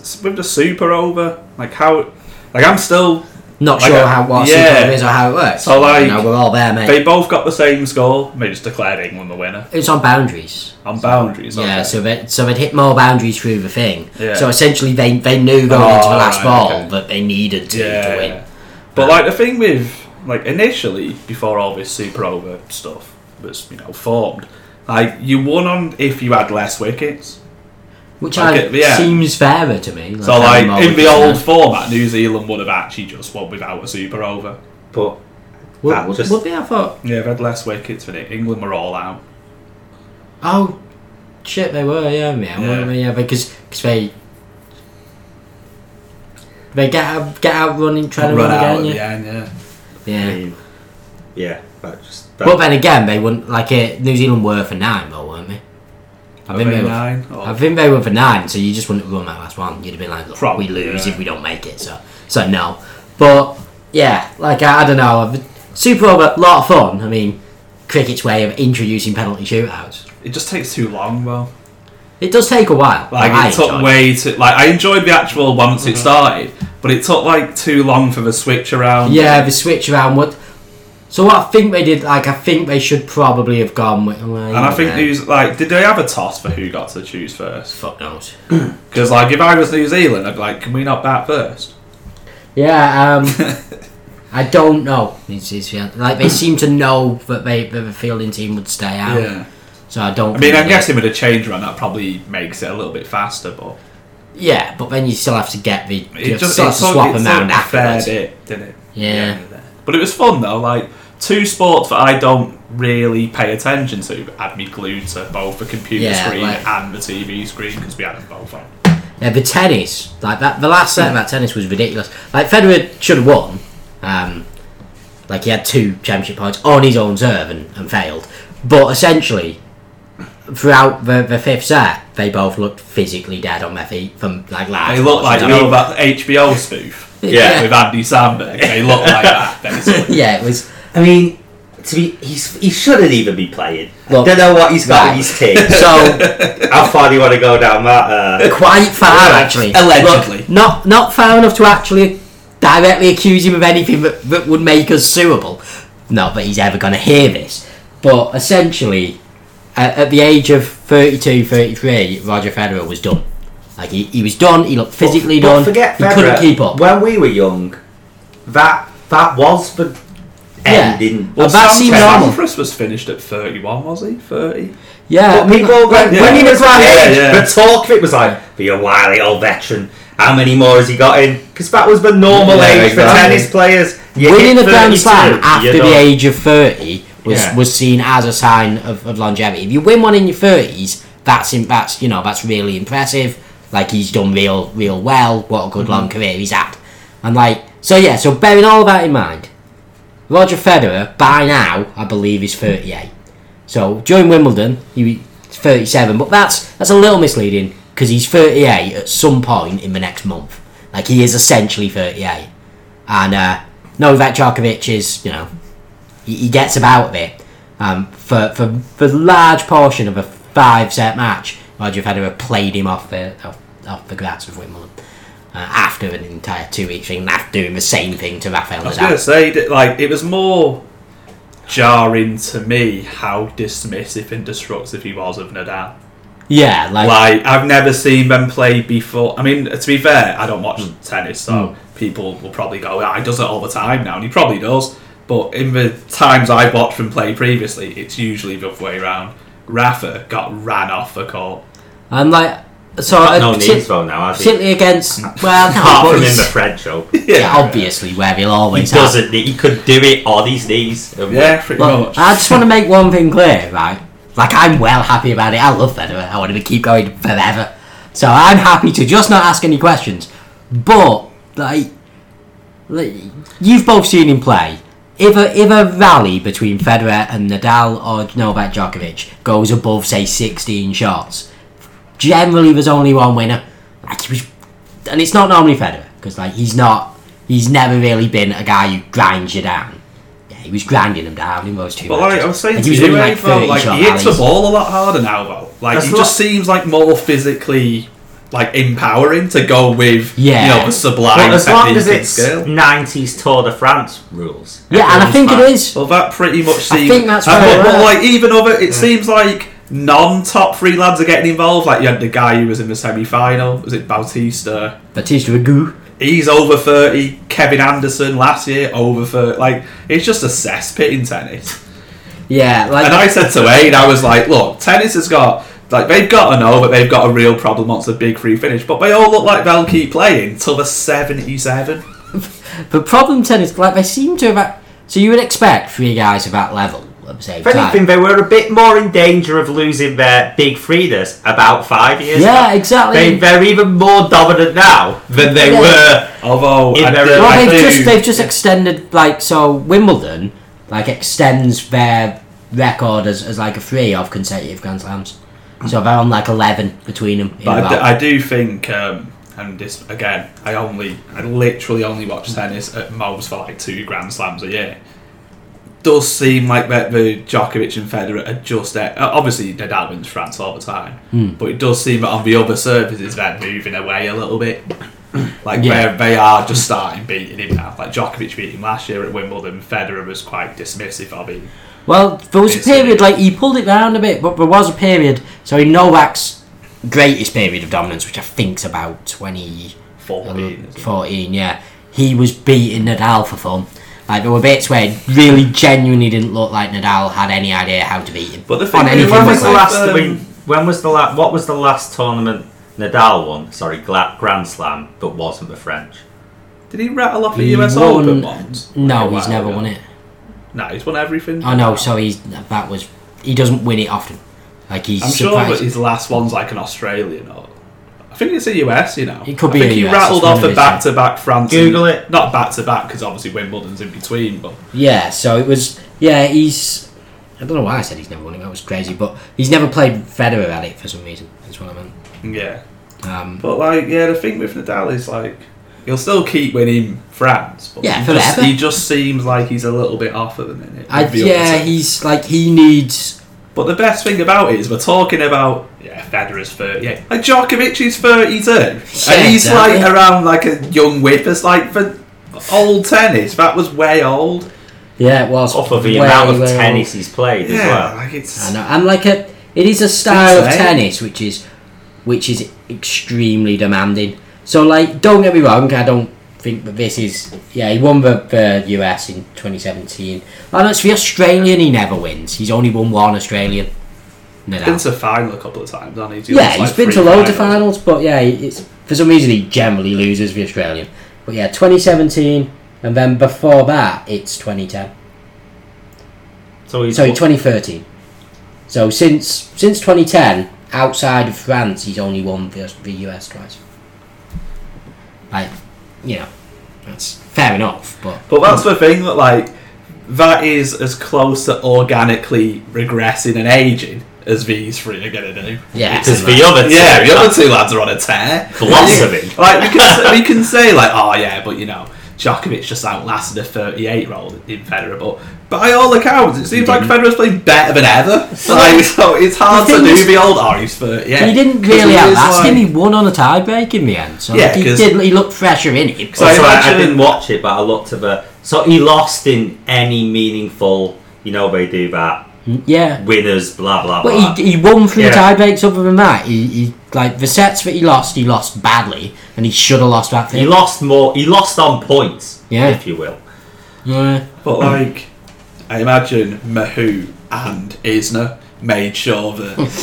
s- with the super over, like how, like I'm still. Not like sure a- how what yeah. yeah. is or how it works. So, like, you know, we're all there, mate. They both got the same score. and They just declared England the winner It's on boundaries. on boundaries. Yeah, okay. so they so they'd hit more boundaries through the thing. Yeah. So essentially, they they knew going Oh, into the last right, ball okay. that they needed to, to win. But like the thing with like initially before all this super over stuff was you know formed, like you won on if you had less wickets. Which Like I, it- yeah. seems fairer to me. So having like more in the wickets old than- format, New Zealand would have actually just won without a super over. But would, that would, just- would they? I thought. Yeah, they had less wickets for it. England were all out. Oh, shit, they were. Yeah, yeah, Yeah. weren't they? yeah. Because cause they they get out, get out running, trying to run, out again. at the end, yeah. I yeah. mean, yeah, that just. That, But then again, they wouldn't like it. New Zealand were for nine, though, weren't they? I yeah. think they were. nine. Or, I think they were for nine, so you just wouldn't have run that last one. You'd have been like, look, Probably, we lose yeah. if we don't make it. So, so no. But yeah, like I, I don't know. I've- Super over, lot of fun. I mean, cricket's way of introducing penalty shootouts. it just takes too long though. It does take a while. Like but I it took enjoyed Mm-hmm. way too. Like I enjoyed the actual once it started, but it took like too long for the switch around. Yeah, the switch around would. So what I think they did, like I think they should probably have gone with. Well, And I think News like did they have a toss for who got to choose first? fuck knows. Because like if I was New Zealand, I'd be like, can we not bat first? Yeah, um, I don't know. It's, it's, yeah, like they seem to know that they that the fielding team would stay out, so I don't. I mean, think I'm they- guessing with a change run, that probably makes it a little bit faster, but Yeah, but then you still have to get the it you have just still it have to sort- swap it them out sort of fair afterwards. bit, didn't it? Yeah. But it was fun though. Like two sports that I don't really pay attention to had me glued to both the computer Yeah, screen like- and the TV screen because we had them both on. Yeah, the tennis, like that, the last set of that tennis was ridiculous. Like Federer should have won. Um, like he had two championship points on his own serve and, and failed. But essentially, throughout the, the fifth set, they both looked physically dead on their feet from like last. They look like you yeah. know that HBO spoof yeah, with Andy Samberg. They look like that basically. yeah, it was I mean, to be, he's, he shouldn't even be playing. Look, Don't know what he's got right. in his team. So How far do you want to go down that? Uh, quite far actually. Allegedly. Look, not not far enough to actually directly accuse him of anything that, that would make us suable. Not that he's ever going to hear this, but essentially, at, at the age of 32, 33, Roger Federer was done. Like he, he was done. He looked physically but done. Forget he Federer. couldn't keep up. When we were young, that that was the Yeah. end. In, Well, that Sam seems Sam normal. Frist was finished at 31, was he? 30? yeah, But people, when, Yeah. when he was that Yeah, age, yeah. the talk of it was like, be a wily old veteran. How many more has he got in? Because that was the normal Yeah, age exactly. for tennis players. You winning a hit Grand 32, Slam after you're the done. age of 30 was, Yeah. was seen as a sign of, of longevity. If you win one in your 30s, that's in, that's you know that's really impressive. Like he's done real real well. What a good long career he's had. And like so yeah, so bearing all that in mind, Roger Federer by now I believe is 38. So during Wimbledon he was 37, but that's that's a little misleading because he's 38 at some point in the next month. Like he is essentially 38. And uh, Novak Djokovic is, you know, he, he gets about there. Um, for, for for large portion of a five set match, Roger Federer played him off the off, off the grass of Wimbledon uh, after an entire two week thing, and after doing the same thing to Rafael I was going to Nadal. say, that, like, it was more jarring to me how dismissive and destructive he was of Nadal. Yeah, like, Like, I've never seen them play before. I mean, to be fair, I don't watch Hmm. tennis, so people will probably go, "Ah, he does it all the time now, and he probably does. But in the times I've watched him play previously, it's usually the other way around. Rafa got ran off the court. and like, so Got uh, no partic- needs though now, has he? particularly against well, no, Apart but from in he's- the French show. yeah, obviously where he'll He always have. doesn't. He could do it on his knees. and Yeah, pretty Look, much. I just want to make one thing clear, right? Like, I'm well happy about it. I love Federer. I want him to keep going forever. So I'm happy to just not ask any questions. But, like, like, you've both seen him play. If a, if a rally between Federer and Nadal or Novak Djokovic goes above, say, 16 shots, generally there's only one winner. Like, he was, and it's not normally Federer, because, like, he's not, he's never really been a guy who grinds you down. Yeah, he was grinding them down in those two But like matches. I was saying Like, to you, winning, like, though, 30 like shot he hits the rallies. ball a lot harder now, though. Like That's he not- just seems like more physically, like empowering to go with, Yeah. you know, the sublime But as long technique as and it's skill. nineties Tour de France rules, Yeah, and I everyone's think fine. it is. Well, that pretty much I seems. think that's and where but, we're but, at. like even other, it seems like non-top three lads are getting involved. Like you had the guy who was in the semi-final. Was it Bautista? Batista Agu. He's over thirty. Kevin Anderson last year over thirty. Like it's just a cesspit in tennis. Yeah, like And I said to Aid, I was like, look, tennis has got like they've got to know that they've got a real problem once the big three finish, but they all look like they'll keep playing till the seventy-seven. the problem tennis, like they seem to have. a- So you would expect three guys of that level at the same if anything, time. they were a bit more in danger of losing their big freeders about five years. Yeah, ago. exactly. They, they're even more dominant now than they Yeah. were. Although In I their did- own- I well, they've do- just they've just extended like so Wimbledon like extends their record as, as like a three of consecutive Grand Slams. So they're on like eleven between them. In a But I row. do, I do think, um, and this again, I only, I literally only watch tennis at most for like two Grand Slams a year. Does seem like that the Djokovic and Federer are just there. uh, Obviously, Nadal wins France all the time, Hmm. but it does seem that on the other surfaces they're moving away a little bit. Like Yeah. where they are just starting beating him now. Like Djokovic beat him last year at Wimbledon. Federer was quite dismissive of him. Well, there was a Basically. period like he pulled it round a bit, but there was a period. So in Novak's greatest period of dominance, which I think's about 14. Uh, 2014, yeah, he was beating Nadal for fun. Like there were bits where it really genuinely didn't look like Nadal had any idea how to beat him. But the thing on is, anything when When but was the like- last? Um, we- when was the last? What was the last tournament Nadal won? Sorry, gla- Grand Slam, but wasn't the French. Did he rattle off a He US won- Open once? No, Like a he's while never ago. won it. No, he's won everything. Oh no, so he's that was he doesn't win it often. Like he's I'm sure surprised. that his last one's like an Australian or. I think it's a US, you know. It could I be think a he US, rattled it's one off of a his, back to back France. Google it. Not back to back because obviously Wimbledon's in between, but Yeah, so it was. Yeah, he's. I don't know why I said he's never won it. That was crazy, but he's never played Federer at it for some reason. That's what I meant. yeah. Um, But like, yeah, the thing with Nadal is like, He'll still keep winning France, but Yeah, he, just, forever. he just seems like he's a little bit off at the minute. with I, the yeah, upset. he's like he needs. But the best thing about it is we're talking about Yeah, Federer's 30. yeah, like Djokovic is thirty two, and he's exactly. like around like a young whip. It's like for old tennis, that was way old. Yeah, it was Off of the way, amount of way off. tennis he's played as Yeah, well. like it's I know, and like a, it is a style of Insane. tennis which is, which is extremely demanding. So like, don't get me wrong, I don't think that this is. Yeah, he won the, the US in 2017. And it's the Australian he never wins. He's only won one Australian. No been doubt. to final a couple of times, hasn't he? He's Yeah, lost, he's like, been to three loads of finals, but yeah, it's for some reason he generally loses the Australian. But yeah, 2017, and then before that, it's 2010. So he's Sorry, 2013. So since since 2010, outside of France, he's only won the, the US twice. Like, you know, that's fair enough, but But that's the thing that like that is as close to organically regressing and aging as these three are gonna do. yeah, because the other two, Yeah, the other two lads are on a tear. Blossoming. like we can, say, we can say like, oh yeah, but you know, Djokovic just outlasted a 38 year old in Federer. But by all accounts, it seems like Federer's playing better than ever. Like, so it's hard The to thing do is- the old. Oh, he's 38. he didn't 'Cause really he is, outlast him. like- He won on a tiebreak in the end, so Yeah, like, he 'cause- did. He looked fresher in it. So Also, I, I imagine- didn't watch it, but I looked at the. uh, So he lost in any meaningful. You know they do that. yeah, Winners, blah blah blah. But he, he won three Yeah. tiebreaks. Other than that, he, he like the sets that he lost, he lost badly, and he should have lost that he, thing. lost more. He lost on points, Yeah. if you will. yeah. But like, I imagine Mahu and Isner made sure that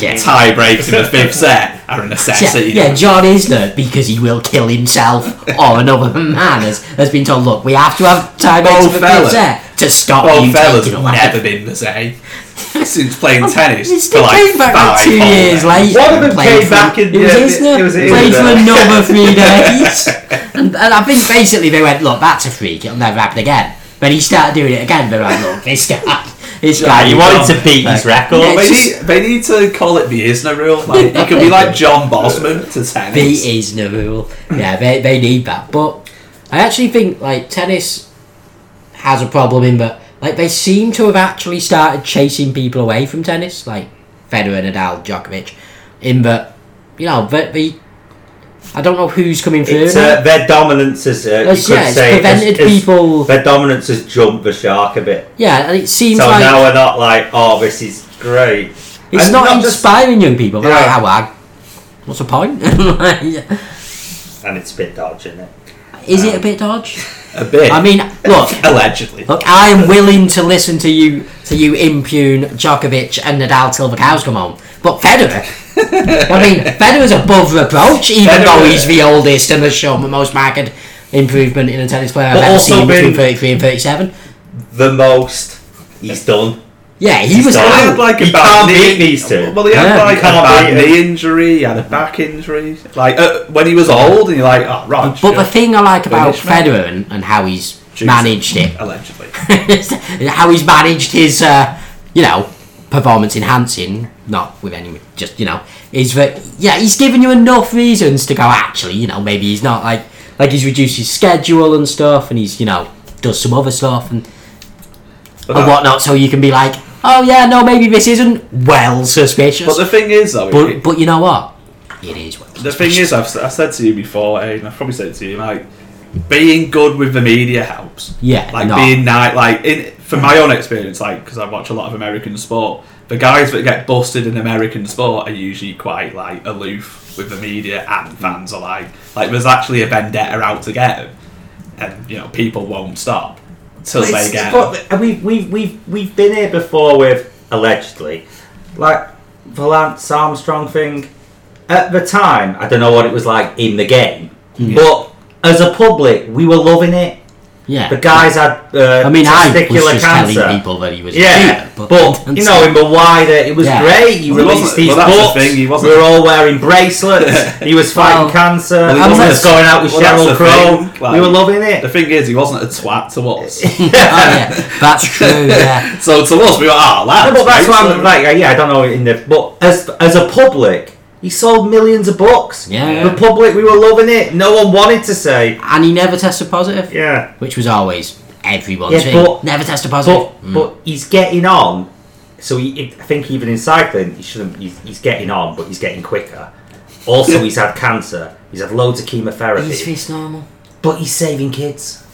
Yeah. tie breaks in the fifth set are a Yeah, necessity. yeah, John Isner because he will kill himself or another man has, has been told. Look, we have to have tiebreaks Bo for the Fella. fifth set to stop Both you fellas taking have away. never been the same since playing tennis. It's for the like Oh, came back like five two whole years rounds. later. One of them and played came for- back in- It was yeah, Isner. it was Played Isner. for another three days, and, and I think basically they went, "Look, that's a freak. It'll never happen again." But he started doing it again. They're like, "Look, this guy, this guy, And he you wanted to beat his record. Yeah, They it's need, they need to call it the Isner rule. Like, it could be like John Bosman to tennis. The is no rule. Yeah, they, they need that. But I actually think like tennis has a problem in that like they seem to have actually started chasing people away from tennis, like Federer, Nadal, Djokovic, in that you know that the I don't know who's coming through. It's, uh, their dominance has, uh, you It's- could yeah, it's say, has- prevented has- people- Their dominance has jumped the shark a bit. yeah, and it seems So like now we're not like, oh, this is great. it's And not, just- inspiring young people. They're like, Yeah. "Ah, well, what's the point? and it's a bit dodgy, isn't it? Is it a bit dodge? A bit. I mean, look, allegedly. Look, I am willing to listen to you to you impugn Djokovic and Nadal till the cows come home. But Federer, I mean, Federer's above reproach, even Federer- though he's the oldest and has shown the most marked improvement in a tennis player I've But ever also seen between been- 33 and 37. The most he's done. Yeah, he He's was done. out. had like a You bad can't knee. beat these two. Well, he had Yeah, like you a can't bad beat them. knee injury, he had a back injury. Like uh, when he was old, and you're like, oh, right. But sure. the thing I like about Finish, mate. Federer and, and how he's Jesus. managed it allegedly. how he's managed his, uh, you know, performance enhancing, not with any, just, you know, is that, yeah, he's given you enough reasons to go, actually, you know, maybe he's not like, like he's reduced his schedule and stuff, and he's, you know, does some other stuff and, and But, that- whatnot, so you can be like, oh yeah, no, maybe this isn't well suspicious. but But, the thing is, though, but, you know what? It is well the thing is, I've, I've said to you before, eh, and I've probably said it to you, like being good with the media helps. Yeah, like no. being nice. Like in from my own experience, like because I watch a lot of American sport, the guys that get busted in American sport are usually quite like aloof with the media and fans alike. Like there's actually a vendetta out to get them, and you know people won't stop till they get. But we've, we've, we've, we've been here before with, allegedly, like the Lance Armstrong thing. At the time, I don't know what it was like in the game, but as a public, we were loving it. yeah. The guys had uh, I mean, I was testicular just cancer. telling people that he was a Yeah, cheater, but, you know, in the wider, it was Yeah. great. He Well, he released wasn't- these well, that's the books. thing, he wasn't- we were all wearing bracelets. he was fighting Well, cancer. he he wasn't- was going out with well, that's Cheryl the Crow. thing, like- we were loving it. The thing is, he wasn't a twat to us. Oh, yeah, that's true, yeah. so to us, we were ah, No, lads. but that's mate, why so- I'm like, yeah, I don't know in the but as as a public, He sold millions of books. Yeah. The public, we were loving it. No one wanted to say. And he never tested positive, Yeah. which was always everyone's Yeah, thing. but- never tested But positive. but he's getting on. So he, I think even in cycling, he shouldn't. He's, he's getting on, but he's getting quicker. Also, he's had cancer. He's had loads of chemotherapy. He's just normal. but he's saving kids,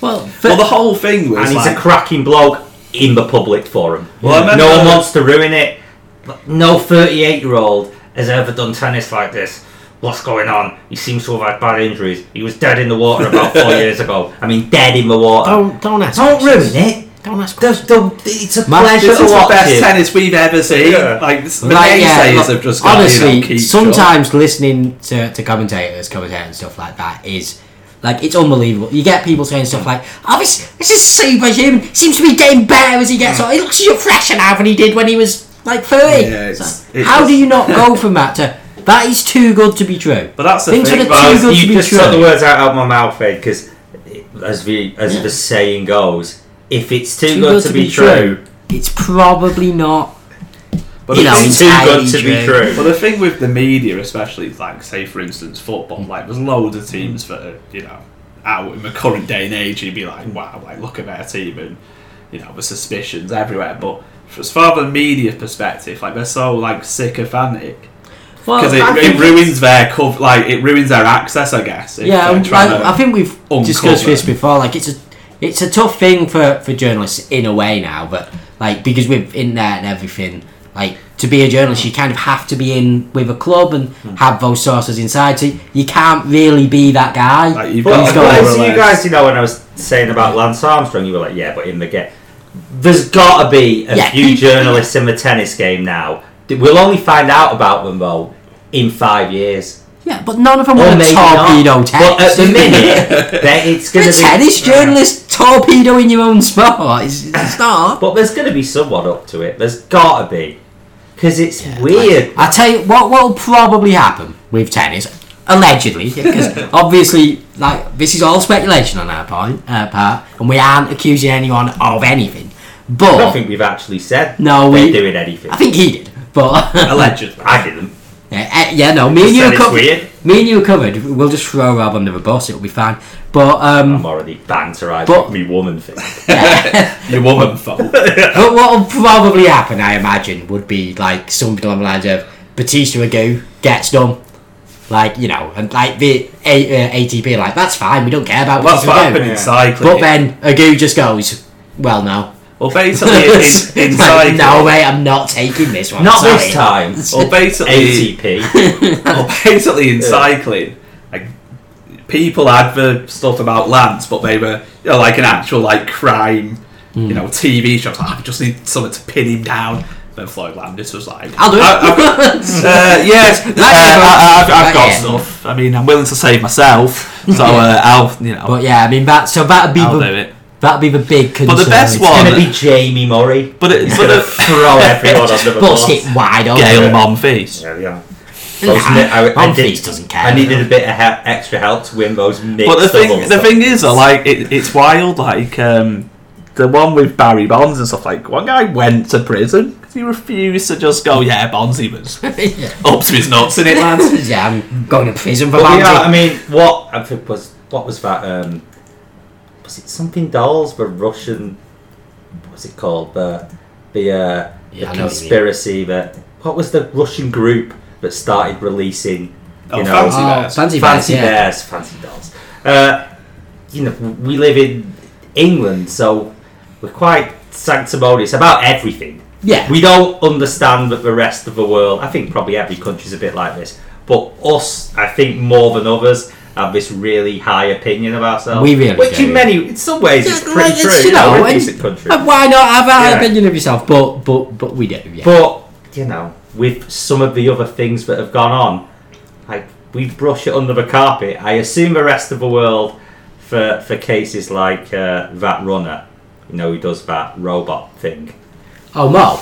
Well, Well, the whole thing was and he's like, a cracking bloke in the public forum. Well, I remember- no one wants to ruin it. But No thirty-eight-year-old has ever done tennis like this. What's going on? He seems to have had bad injuries. He was dead in the water about four years ago. I mean, dead in the water. Oh, don't don't ask. Don't ruin questions. it. Don't ask. There's, there, it's a Matt, pleasure this to is the watch best it. tennis we've ever seen. Yeah. Like, the Like, yeah, naysayers like, have just got, honestly, you know, keep short. sometimes listening to, to commentators commentate and stuff like that is like it's unbelievable. You get people saying stuff like, "Oh, this this is superhuman. Seems to be getting better as he gets older. He looks so fresher now than he did when he was like 30. Yeah, It's it's- like, it's- how do you not go from that to that is too good to be true? But that's the Things thing, that but are too it's- good to you be just true. took the words out of my mouth, Ed, because as the as the saying goes, if it's too, good, to be, true, It's probably not. But you know, it's it's- too good to entirely be true. true. Well, the thing with the media, especially like say for instance football, like there's loads of teams that are you know out in the current day and age, and you'd be like, wow, like look at their team, and you know the suspicions everywhere. But f- as far as the media perspective, like they're so like sycophantic Well, because Oh, I it, it think- ruins their cov- like it ruins their access, I guess. if Yeah, they're um, trying like, to- I think we've uncover. discussed this before. Like, it's a it's a tough thing for, for journalists in a way now, but like because we're in there and everything. Like to be a journalist, you kind of have to be in with a club and Hmm. have those sources inside. So you can't really be that guy. Like, you've But got He's but got as to you relax. guys, you know, when I was saying about Lance Armstrong, you were like, "Yeah, but in the game, there's got to be a Yeah. few journalists in the tennis game now. We'll only find out about them though in five years, yeah, but none of them or want to maybe not. torpedo But at tennis. the minute, that it's going a to be tennis journalist torpedoing your own sport is it's not. But there's going to be someone up to it. There's got to be. Because it's weird. I tell you what will probably happen with tennis, allegedly, because obviously, like this is all speculation on our point, uh, part, and we aren't accusing anyone of anything. But I don't think we've actually said No, they're we- doing anything. I think he did. But uh, allegedly. I didn't. uh, yeah, no, me and you Said are it's weird. covered. Me and you are covered. We'll just throw Rob under the bus. It'll be fine. But um, I'm already banterized But- with me woman thing. Your woman fault. but Uh, what will probably happen, I imagine, would be like something along the lines of Batista Agu gets done. Like you know, and like the A- uh, ATP, like that's fine. We don't care about That's Batista what Agu." happened in cycling. But then Agu just goes, well, no. well, basically, it's in, in It's like, cycling. no, mate, I'm not taking this one. Not sorry." this time. Well, basically, ATP. well, basically in cycling, like people had the stuff about Lance, but they were you know, like an actual like crime, you know, TV show. It's Like, "Oh, I just need someone to pin him down. Then Floyd Landis was like, I'll do it. I, have got, uh, yes, uh, I, have I've got stuff. I mean, I'm willing to save myself, so uh, I'll you know, But yeah, I mean that. So that'd be I'll the, do it. that'd be the big concern. But the best It's It's one, going to be Jamie Murray. but it, but Gonna the throw everyone under the Bust bus. it wide open. Gail Monfils. Yeah, yeah. Nah, Those mi- I, I, Monfils did, doesn't care. I needed a bit of he- extra help to win those mixed But the thing, doubles. the thing is, though, like it, it's wild. Like um, the one with Barry Bonds and stuff. Like one guy went to prison because he refused to just go. Yeah, Bonds, he was yeah. up to his nuts in it, lads. yeah, I'm going to prison for But that. we are, I mean, what I think was what was that? Um, was it something dolls? The Russian, what was it called? The the, uh, Yeah, I the know what you mean. conspiracy. That what was the Russian group that started releasing? You Oh, know, fancy, Fancy Oh, fancy bears. bears, yeah. bears, fancy dolls. Uh, you know, we live in England, so we're quite sanctimonious about everything. Yeah. We don't understand that the rest of the world, I think probably every country's a bit like this, but us, I think more than others, have this really high opinion of ourselves. We really Which do. in many, in some ways, Yeah, it's pretty like, true. it's, you know, we're a and- decent country. and why not have a high Yeah. opinion of yourself? But but but we do. Yeah. But, you know, with some of the other things that have gone on, like, we brush it under the carpet. I assume the rest of the world, for, for cases like uh, that runner, you know, who does that robot thing, oh no.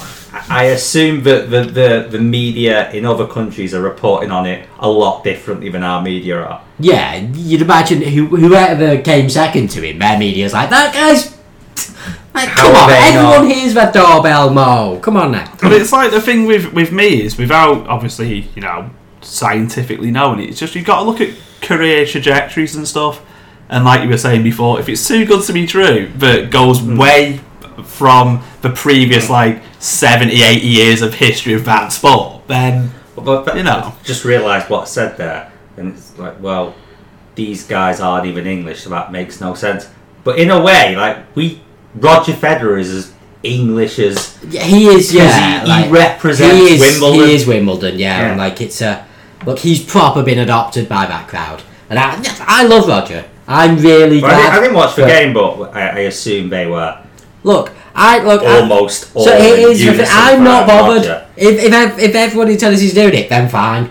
I assume that the, the, the media in other countries are reporting on it a lot differently than our media are. Yeah, you'd imagine who, whoever came second to him, their media's like, that guy's. Like, How come are on, they everyone not? hears that doorbell, Mo. Come on now. But it's like the thing with with me is without obviously you know scientifically known. It's just you've got to look at career trajectories and stuff. And like you were saying before, if it's too good to be true, but goes way from the previous like 70, 80 years of history of that sport, then But, but, but You know. just realised what I said there, and it's like, well, these guys aren't even English, so that makes no sense. But in a way, like we, Roger Federer is as English as Yeah, he is. Yeah, he- he represents he is, Wimbledon. He is Wimbledon. Yeah, Yeah. And, like it's a look. He's proper been adopted by that crowd, and I, I love Roger. I'm really But I, didn't, glad. I didn't watch the for- game, but I, I assume they were Look, I look. I- almost all. Uh, so it in is. the thing, unison I'm for not bothered. Roger. If if ev- if everyone who tells us he's doing it, then fine.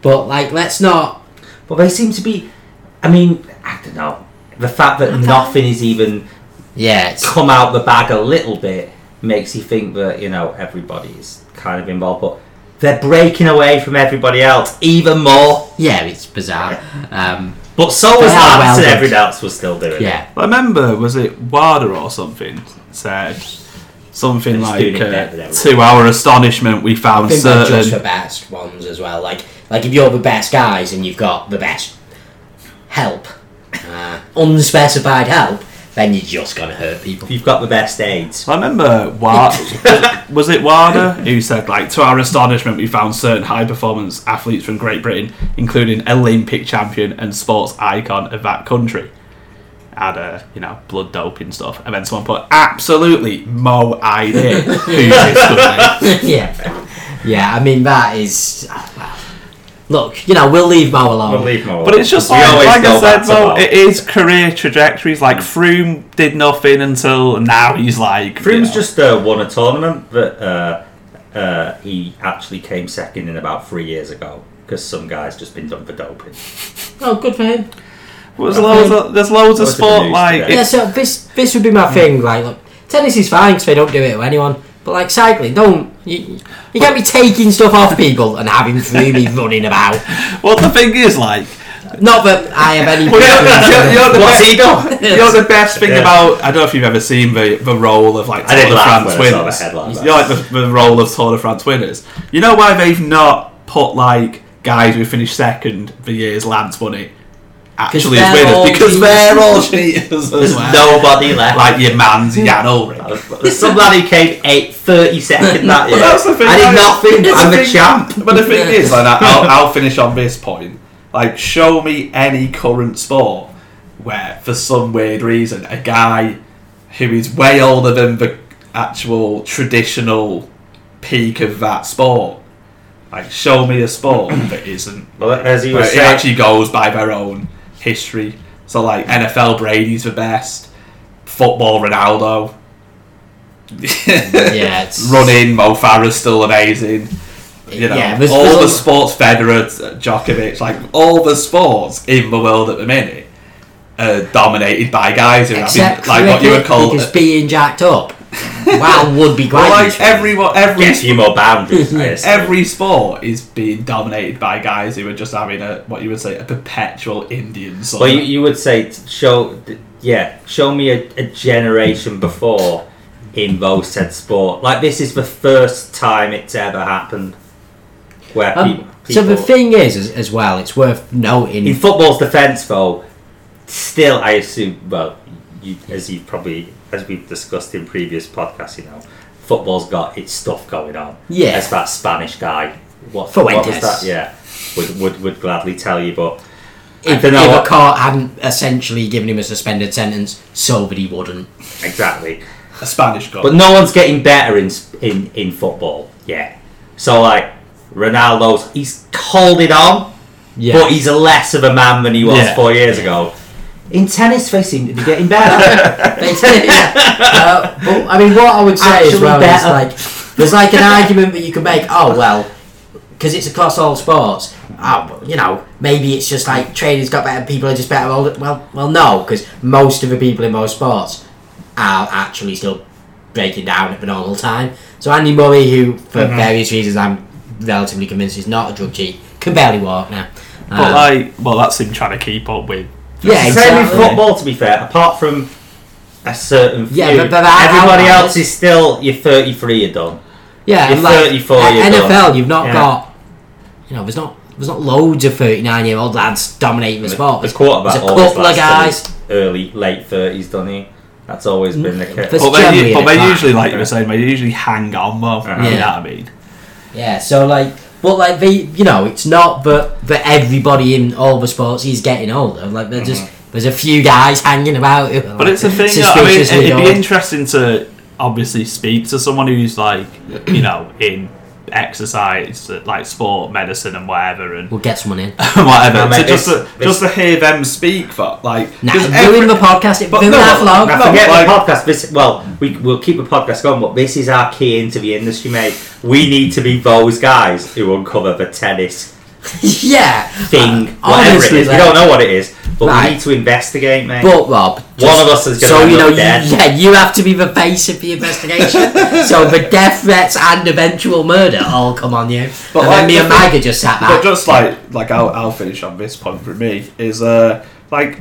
But like, let's not. But they seem to be. I mean, I don't know. The fact that nothing is even Yeah, it's, come out the bag a little bit makes you think that you know everybody's kind of involved, but they're breaking away from everybody else even more. yeah, it's bizarre. Um, But so They was are that, well and done. everyone else was still doing it. yeah, I remember was it Wada or something said something It's doing like it better than uh, everyone. to our astonishment we found think they're just um, the certain best ones as well. Like like if you're the best guys and you've got the best help, uh, unspecified help, then you're just gonna hurt people. If you've got the best aids, I remember Wa- was it Wada who said like to our astonishment we found certain high performance athletes from Great Britain including Olympic champion and sports icon of that country had uh, you know blood doping stuff and then someone put absolutely mo idea who's this guy yeah, yeah. I mean that is. ah, well, Look, you know, we'll leave Mo alone. We'll leave them alone. But it's just We like, always like I go said, back to though, that. it is career trajectories. Hmm. Like Froome did nothing until now. He's like you Froome's know. just uh, won a tournament that uh, uh, he actually came second in about three years ago because some guy's just been done for doping. oh, good for him. There's loads of, there's loads of Loads of sport news like today. Yeah, it's, so this this would be my thing. Like, look, tennis is fine because they don't do it to anyone. But like cycling, don't you, you can't be taking stuff off people and having Froome running about. well the thing is like Not that I have any. you're, you're the What's best, he done? you're the best thing Yeah. about I don't know if you've ever seen the, the role of like I did Tour de laugh France when I saw winners. the headline, You're like the, the role of Tour de France winners. You know why they've not put like guys who finished second the years Lance won it actually as they're all winners because cheaters. they're all cheaters as There's well. nobody left. like your man's Jan Ulrich. There's some lad who came eight thirty second that year. that's the thing, I like- did nothing. It's I'm the the thing- champ. But the thing is, like, I'll, I'll finish on this point. Like, show me any current sport where, for some weird reason, a guy who is way older than the actual traditional peak of that sport. Like, show me a sport that isn't. Well, as you were Where it saying, actually goes by their own history. So, like, NFL Brady's the best, football Ronaldo. yeah, it's running. Mo Farah's still amazing. You know, Yeah, there's- all there's the a- sports, Federer, Djokovic, like all the sports in the world at the minute, are dominated by guys who are Except having, like what you would cricket, call. because being jacked up. wow, would be great. Well, like everyone, every get a few more boundaries. I assume. every sport is being dominated by guys who are just having a what you would say a perpetual Indian. Summer. well, you, you would say t- show, d- yeah, show me a, a generation before in those said sport. Like this is the first time it's ever happened where pe- Um, so people. the thing is, as, as well, it's worth noting. in football's defence, though, still I assume. Well, you, as you probably as we've discussed in previous podcasts, you know, football's got its stuff going on. Yeah. as that Spanish guy. What, what was Fuentes. that? Yeah, would, would would gladly tell you, but I if, don't know if what- a court hadn't essentially given him a suspended sentence, so that he wouldn't. exactly. a Spanish guy. But no one's getting better in in in football. Yeah. So like Ronaldo's, he's called it on, Yeah. but he's a less of a man than he was Yeah. four years ago. In tennis, they seem to be getting better. Yeah. Uh, but I mean, what I would say is, Actually well, is better. like there's like an argument that you can make. Oh well, because it's across all sports. Oh, well, you know, maybe it's just like training's got better, people are just better older. Well, well, no, because most of the people in most sports are actually still breaking down at the normal time. So Andy Murray, who for Mm-hmm. various reasons I'm relatively convinced is not a drug cheat, can barely walk now. But Um, like, well, that's him trying to keep up with. yeah, Same exactly. with football, to be fair. Apart from a certain few, Yeah, but- but that- everybody how- else is still you're 33. You're done. Yeah, You're and like 34, at you're NFL, done. you've not Yeah. got. You know, there's not there's not loads of 39 year old lads dominating the sport. There's quarterback There's a always couple of lasts guys. Mm. till his early late thirties, doesn't he? That's always been the case. There's- But It's they, generally but in it, they like- usually, like you were saying, they usually hang on more. Uh-huh. You know Yeah. what I mean? Yeah, so like, but like they, you know, it's not that that everybody in all the sports is getting older. Like they're just there's a few guys hanging about. who are, Mm-hmm. But it's a like, thing. that- I mean, suspiciously it'd be old. interesting to obviously speak to someone who's like, you know, in exercise, like sport, medicine, and whatever, and We'll get someone in. whatever. No, to mate, just this- to, just to hear them speak for like Nah, 'cause ruin every- the podcast. It but ruin no, that vlog. Now nothing forget like- the podcast. This well, we we'll keep the podcast going, but this is our key into the industry, mate. We need to be those guys who uncover the tennis yeah, thing, Uh, whatever honestly, it is. like- we don't know what it is, but Right. we need to investigate, mate. But Rob, One of us is gonna so end you know, up you, dead. yeah, you have to be the face of the investigation. so the death threats and eventual murder all come on you. But and like then me the and thing- Mike are just sat But back. just like like I'll, I'll finish on this point for me is uh like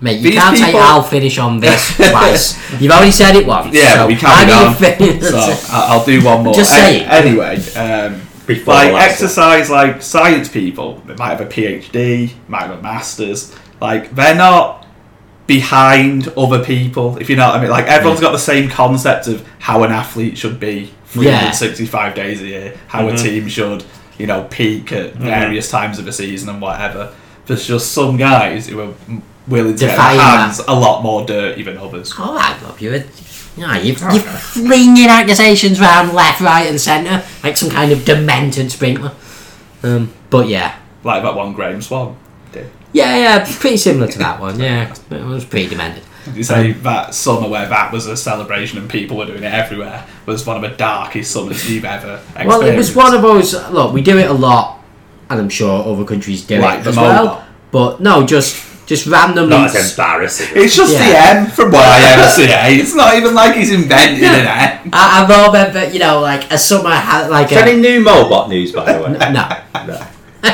Mate, you these can't say people- I'll finish on this twice. You've already said it once. Yeah, so but we can't I be need to finish. so uh, I- I'll do one more. Just An- say it. anyway. Um, Before like the last exercise, like science people, they might have a PhD, might have a masters. Like they're not behind other people, if you know what I mean. Like everyone's got the same concept of how an athlete should be Yeah. Mm-hmm. 365 days a year, how a team should, you know, peak at various times of the season and whatever. There's just some guys who are m- willing to Defying get that. their hands a lot more dirty than others. All right, Rob, you're, you know, you're, you're flinging accusations round left, right, and centre like some kind of demented sprinkler. Um, but yeah, Like that one Graham Swan did. yeah, yeah, pretty similar to that one. Yeah, it was pretty demented. You say that summer where that was a celebration and people were doing it everywhere was one of the darkest summers you've ever experienced. Well, it was one of those. Look, we do it a lot, and I'm sure other countries do Like it the as Mobile. well. But no, just just randomly. Not as s- embarrassing. It's just Yeah. the M from YMCA. it's not even like he's invented an M. I, I remember, but, you know, like a summer, ha- like Is that a, in new Mobot news, by the way? no. No.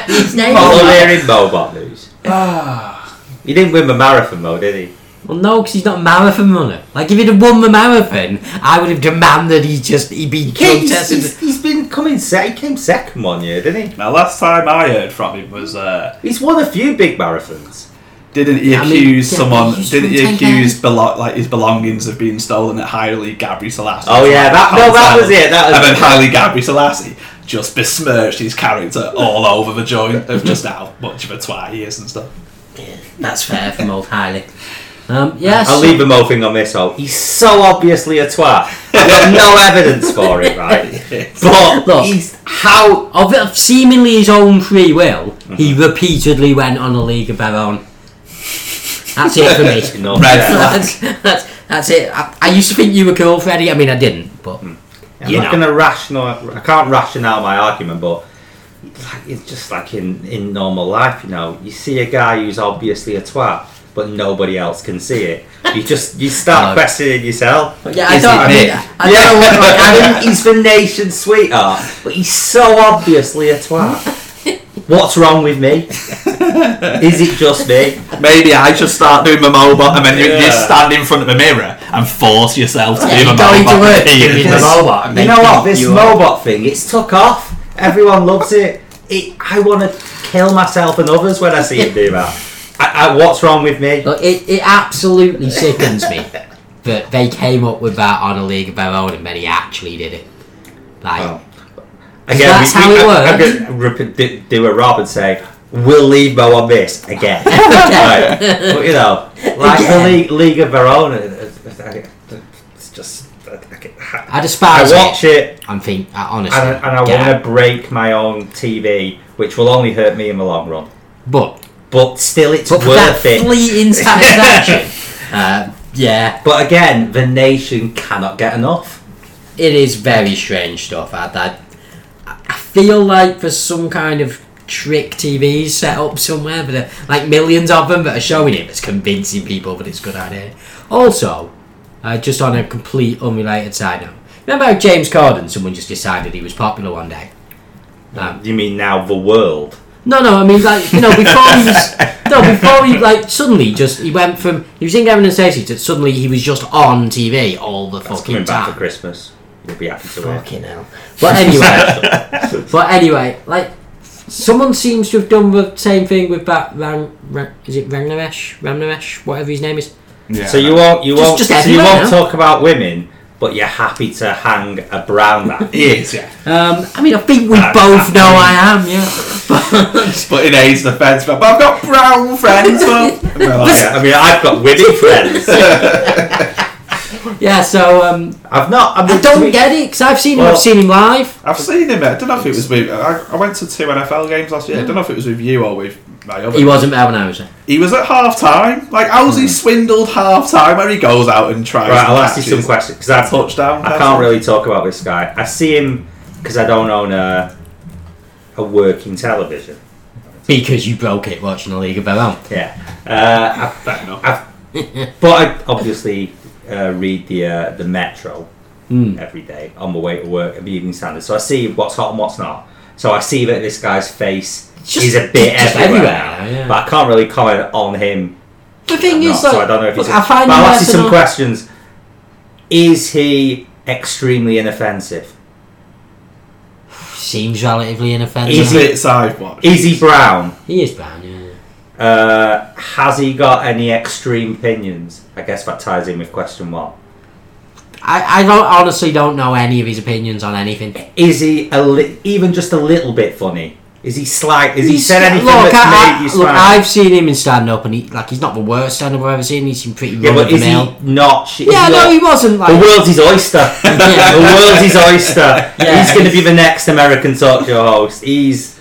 His name. Oh, was- we're in Mobot news. He didn't win the marathon, though, did he? Well, no, because he's not a marathon runner. Like, if he'd have won the marathon, I would have demanded he just he be He's, contested. he's, he's been coming se He came second one year, didn't he? Now, last time I heard from him was uh, He's won a few big marathons. didn't he I mean, accuse yeah, someone? he's Didn't he from accuse belo- like his belongings of being stolen at Haile Gabri Selassie? Oh, yeah, that- no, that was it, that was and then it. Haile Gabri Selassie just besmirched his character all over the joint of just how much of a twat he is and stuff. That's fair from old Hailey. Um, yes. I'll leave the mo thing on this hole. He's so obviously a twat. I've got no evidence for it, right? But Look. he's how Of, of seemingly his own free will, Mm-hmm. he repeatedly went on a league of their own. That's it for me. no, Red yeah. flag. that's, that's, that's it. I, I used to think you were cool, Freddie. I mean, I didn't, but Hmm. I'm You not know. gonna rational. I can't rationale my argument, but like, it's just like in in normal life, you know. You see a guy who's obviously a twat, but nobody else can see it. You just you start No. questioning yourself. yeah, I Is don't. it I, me? mean, I, I yeah, don't know what like, I I don't- mean, he's the nation's sweetheart, but he's so obviously a twat. What's wrong with me? Is it just me? Maybe I should start doing my mobile, and then you, you Yeah. stand in front of a mirror and force yourself to Yeah, do you the don't need to mobile. work, Yeah, you need yes. the mobile. You know what? This mobot thing, it's took off. Everyone loves it. it I want to kill myself and others when I see it do that. I, I, what's wrong with me? Look, it, it absolutely sickens me that they came up with that on a league of their own and then he actually did it. Like, Oh. that's how it I, am going to do a Rob and say, we'll leave Mo on this again. right. But, you know, like Again. the league, league of Their Own, uh, uh, uh, it's just... I, I, I I despise watch it. it I'm think, I, honestly, and, and I get it. want to break my own TV, which will only hurt me in the long run. but But still, it's but for that worth it. fleeting satisfaction. uh, yeah, But again, the nation cannot get enough. it is very strange stuff. I, I, I feel like there's some kind of trick TV set up somewhere, but uh, like millions of them that are showing it, that's convincing people that it's a good idea. Also, uh, just on a complete unrelated side note, remember how James Corden? Someone just decided he was popular one day. Um, You mean now the world? No, no, I mean, like, you know, before he was. No, before he, like, suddenly just. He went from. He was in Gavin and Stacey to suddenly he was just on TV all the That's fucking coming back for time. Christmas. You'll be happy to Fucking hell. But anyway. it. but anyway, like. Someone seems to have done the same thing with Bat Ran, Ran is it Ragnaresh? Ramnaresh, whatever his name is. Yeah. So you won't you Just- won't just so you everywhere won't now. talk about women, but you're happy to hang a brown man. He is, yeah. Um, I mean, I think we Uh, both uh, know I am. Yeah. But in A's defence, but I've got brown friends. But Well, like, Oh, I mean, I've got women friends. Yeah. So um, I've not. I, mean, I to don't be- get it because I've seen him. Well- I've seen him live. I've seen him. I don't know if it was with. I, I went to two NFL games last year. I don't know if it was with you or with my other. He wasn't there when I was there. He was at half time. Like, how's he swindled half time where he goes out and tries? Hmm. Right, and I'll ask you catches some questions because I Touchdown. I pass? can't really talk about this guy. I see him because I don't own a a working television. Because you broke it watching the League of Their Own. Yeah, uh, Fair enough. I, but I obviously uh, read the uh, the Metro Hmm. every day on my way to work at the Evening Standard, so I see what's hot and what's not. So I see that this guy's face Just- is a bit just everywhere, everywhere, now, yeah. but I can't really comment on him. The thing not, is, like, so I don't know if he's. I find but him I'll less ask you some than- questions. Is he extremely inoffensive? seems relatively He's inoffensive. a bit sidewalk. Is he brown? He is brown. Yeah. Uh, has he got any extreme opinions? I guess that ties in with question one. I, I don't honestly don't know any of his opinions on anything. Is he a li- even just a little bit funny? Is he slight? Is he said anything Look, that's I, made you I, look, smile? I've seen him in stand up, and he like he's not the worst stand up I've ever seen. He's been pretty yeah, run of but the is mill. he not? Sh- is Yeah, he no, not- he wasn't the like. world's his oyster. Yeah. The world's his oyster. Yeah. He's going to be the next American talk show host. He's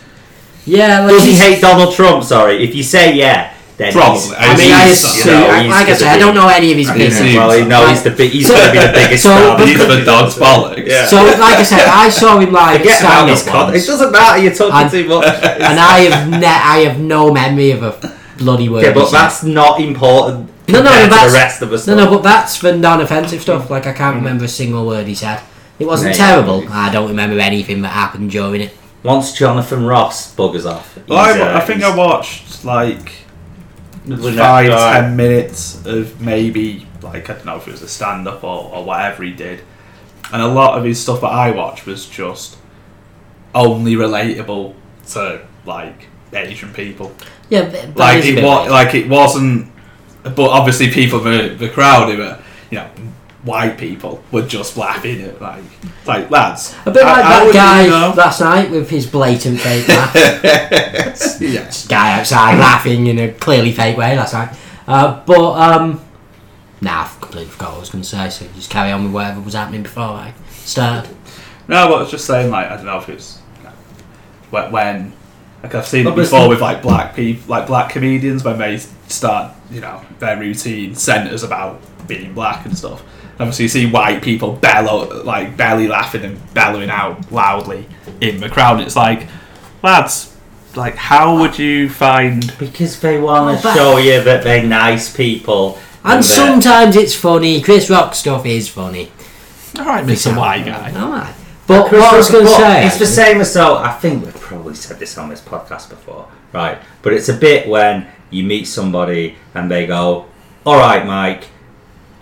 Yeah, like does he he's- hate Donald Trump? Sorry, if you say yeah, then Probably. he's- I mean, I He's- assume, you know, I- he's like I gonna said, I be- don't know any of his I business. assume. Well, he- no, he's the big. He's So- going to be the biggest so- star. He's the dog's bollocks. Yeah. So, like I said, I saw him live at Forget about stand his up con- It once, doesn't matter. You're talking And- too much. and I have ne- I have no memory of a bloody word. Yeah, he but said. that's not important. No, no, compared to that's- the rest of us. no, no, but that's for non-offensive stuff. Like I Mm-hmm. can't remember a single word he said. It wasn't Mate. terrible. I don't remember anything that happened during it. Once Jonathan Ross buggers off, Well, I, he's, uh, I think I he's- watched like Lynette five, Guy. ten minutes of maybe like I don't know if it was a stand up or, or whatever he did, and a lot of his stuff that I watched was just only relatable to like Asian people. Yeah, th- that Like is a it bit was weird. like it wasn't, but obviously people the the crowd who were you know white people were just laughing at like like lads a bit how- like how that would you guy know? last night with his blatant fake laugh. yeah. guy outside laughing in a clearly fake way last night. Uh, but um, nah, I've completely forgot what I was going to say. So just carry on with whatever was happening before I started. No, but I was just saying, like, I don't know if it's when, when like I've seen But it it's- before with like black people, like black comedians, when they start, you know, their routine centers about being black and stuff. Obviously, you see white people bellow, like belly laughing and bellowing out loudly in the crowd. It's like, lads, like, how would you find? because they want Oh, to but- show you that they're nice people. uh, And that- sometimes it's funny. Chris Rock stuff is funny. All right, Mister White guy. All right. But Chris what I was Rock- going to but say, It's the same as so. I think we've probably said this on this podcast before, right? But it's a bit when you meet somebody and they go, "All right, Mike,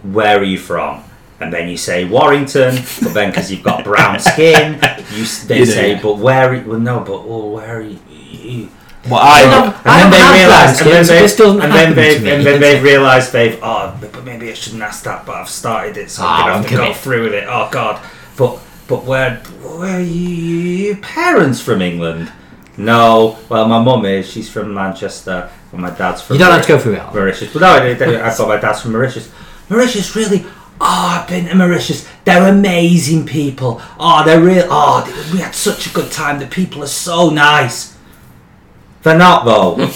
where are you from?" And then you say Warrington, but then because you've got brown skin, you s- they You do, say, yeah. "But where? Are you, well, no, but well, where are you?" you- Well, I I don't- and then don't have they realise, brown and then skin, so they, this doesn't and then happen they, to me. and then they realise they've, oh, but but maybe I shouldn't ask that, but I've started it, so Ah, I'm gonna I'm have to go committed. through with it. Oh God, but but where where are you, you- your parents from England? No, well, my mum is. She's from Manchester, and my dad's from. you don't have to Maur- go through it. all. Mauritius. But no, I, I- I thought my dad's from Mauritius. Mauritius, really? Oh, I've been to Mauritius. They're amazing people. Oh, they're real. Oh, they- we had such a good time. The people are so nice. They're not though, right?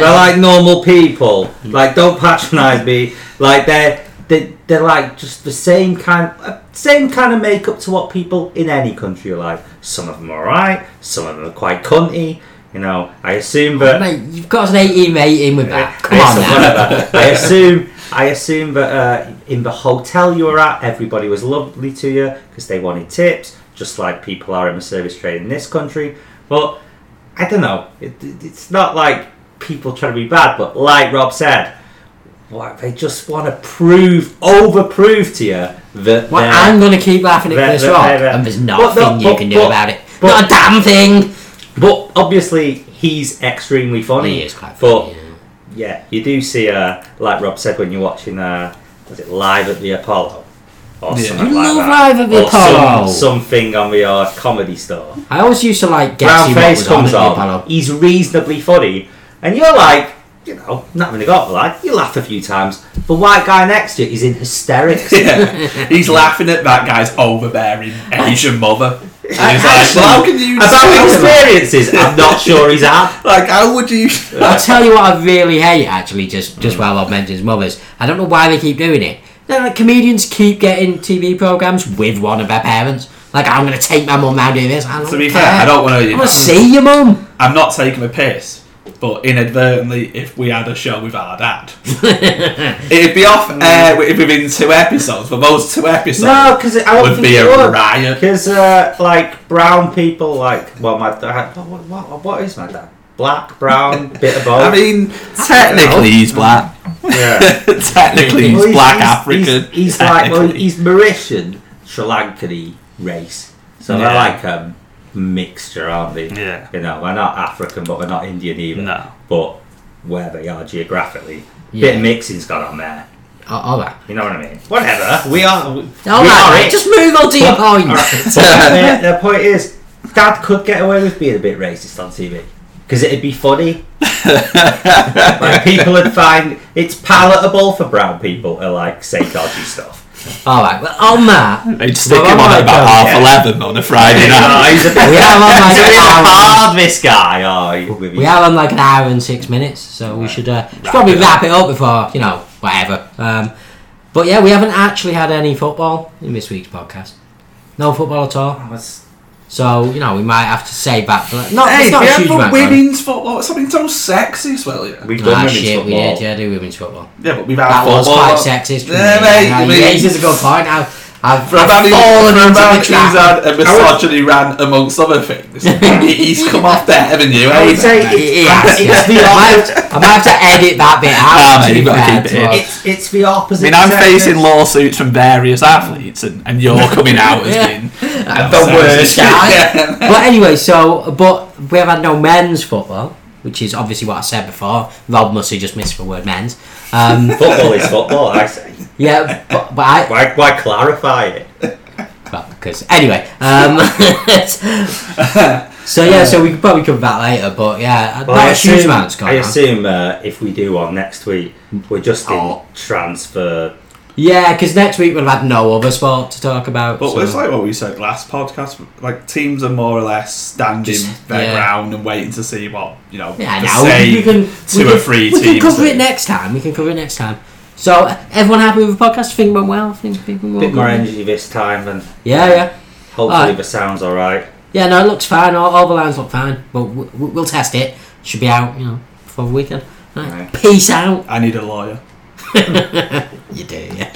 they're like normal people. Like, don't patronise me. Like, they're they, they're like just the same kind, uh, same kind of makeup to what people in any country are like. Some of them are alright. Some of them are quite cunty. You know, I assume that Mate, you've got an 18 rating with that. Come I on assume- now. I assume. I assume that uh, in the hotel you were at, everybody was lovely to you because they wanted tips, just like people are in the service trade in this country. But I don't know. It, it- it's not like people trying to be bad, but like Rob said, what, they just want to prove, overprove to you that Well, they're- I'm going to keep laughing at There, Chris there, Rock, there, there. and there's But nothing no, you but- can do but- about it. but- Not a damn thing. But obviously, he's extremely funny. He is quite But funny. yeah. yeah, you do see, uh, like Rob said, when you're watching, uh, was it Live at the Apollo? Or Yeah. something You like love that. Live at the Or some- Apollo. something on the uh, comedy store. I always used to like guess Brown who Face was on comes the on. Apollo. He's reasonably funny. And you're like, you know, not having a go at the lad. You laugh a few times. The white guy next to you is in hysterics. Yeah. He's laughing at that guy's overbearing Asian mother. And he's like, Actually, well, how can you About say that? experiences, I'm not sure he's had. Like, how would you? I'll tell you what I really hate actually. Just just while Rob mentions mothers, I don't know why they keep doing it. No, like comedians keep getting TV programs with one of their parents. Like I'm gonna take my mum out do this. I don't To be care. fair, I don't want I want to to. see your mum. I'm not taking a piss, but inadvertently, if we had a show with our dad, it'd be off air wi- within two episodes. But those two episodes No, because I don't would think be it a would. riot. Because uh, like brown people, like well, my dad. What, what, what, what is my dad? Black, brown, bit of both. I mean, technically he's black. yeah. technically he's Well, black African. He's, he's like well, technically. he's Mauritian, Sri Lankan race. So they're Yeah. like a mixture, aren't they? Yeah. You know, they're not African, but they're not Indian either. No. But where they are geographically, bit Yeah. of mixing's gone on there. Oh, all right. You know what I mean? Whatever. We are. We, All we right, are mate, it. Just move on to your point. But the, the point is, Dad could get away with being a bit racist on TV because it'd be funny. like people would find it's palatable for brown people to like say dodgy stuff. All right. Well, on that, They'd stick Well, him on I at about half don't- eleven on a Friday Oh, night. he's a bit, we are on he's like a bit an hour. hard, this guy. Oh, he- with We his- are on like an hour and six minutes, so we should, uh, should probably wrap it up before you know whatever. Um, but yeah, we haven't actually had any football in this week's podcast. No football at all. That's- So you know we might have to save that for no, Hey, it's not we a have huge for amount. women's football. It's something so sexy as well. Yeah, We've done Ah, women's shit, we football. did. Yeah, do women's football. yeah but we've had That Ah, football. was quite sexist. Yeah, mate. yeah, I you mean, raises a good point. I've, I've, For a man I've who- fallen for a into man the who's trap. had a misogyny ran amongst other things. He's come off there, haven't you? I would eh? say It is, yeah. it's, it's the I, might have opposite. to, I might have to edit that bit out. Nah, to be mate, Ah, you've gotta fair keep it to in. us. It's, it's the I opposite. mean, I'm sex. facing lawsuits from various athletes, and, and you're coming out as Yeah. being the worst guy. Yeah. but anyway, so but we have had no men's football, which is obviously what I said before. Rob must have just missed the word men's. Um, Football is football. I say. yeah, but, but I Why, why clarify it? well, because anyway. Um, so yeah, so we could probably cover that later. But yeah, uh, Well, not I a huge assume- amount's I going on. assume uh, if we do one next week, we're just in Oh. transfer. Yeah, because next week we'll have no other sport to talk about. But so- it's like what we said last podcast. Like teams are more or less standing Just- their yeah. ground and waiting to see what you know. Yeah, the now same we can two we or can, three We can teams. cover do. it next time. We can cover it next time. So everyone happy with the podcast? Think went well. Think, think went A well. bit more energy this time, and Yeah, yeah, hopefully Alright. the sound's all right. yeah. No, it looks fine. All, all the lines look fine. But we, we- we'll test it. Should be out, you know, before the weekend. Right. Right. Peace out. I need a lawyer. You do. Yeah.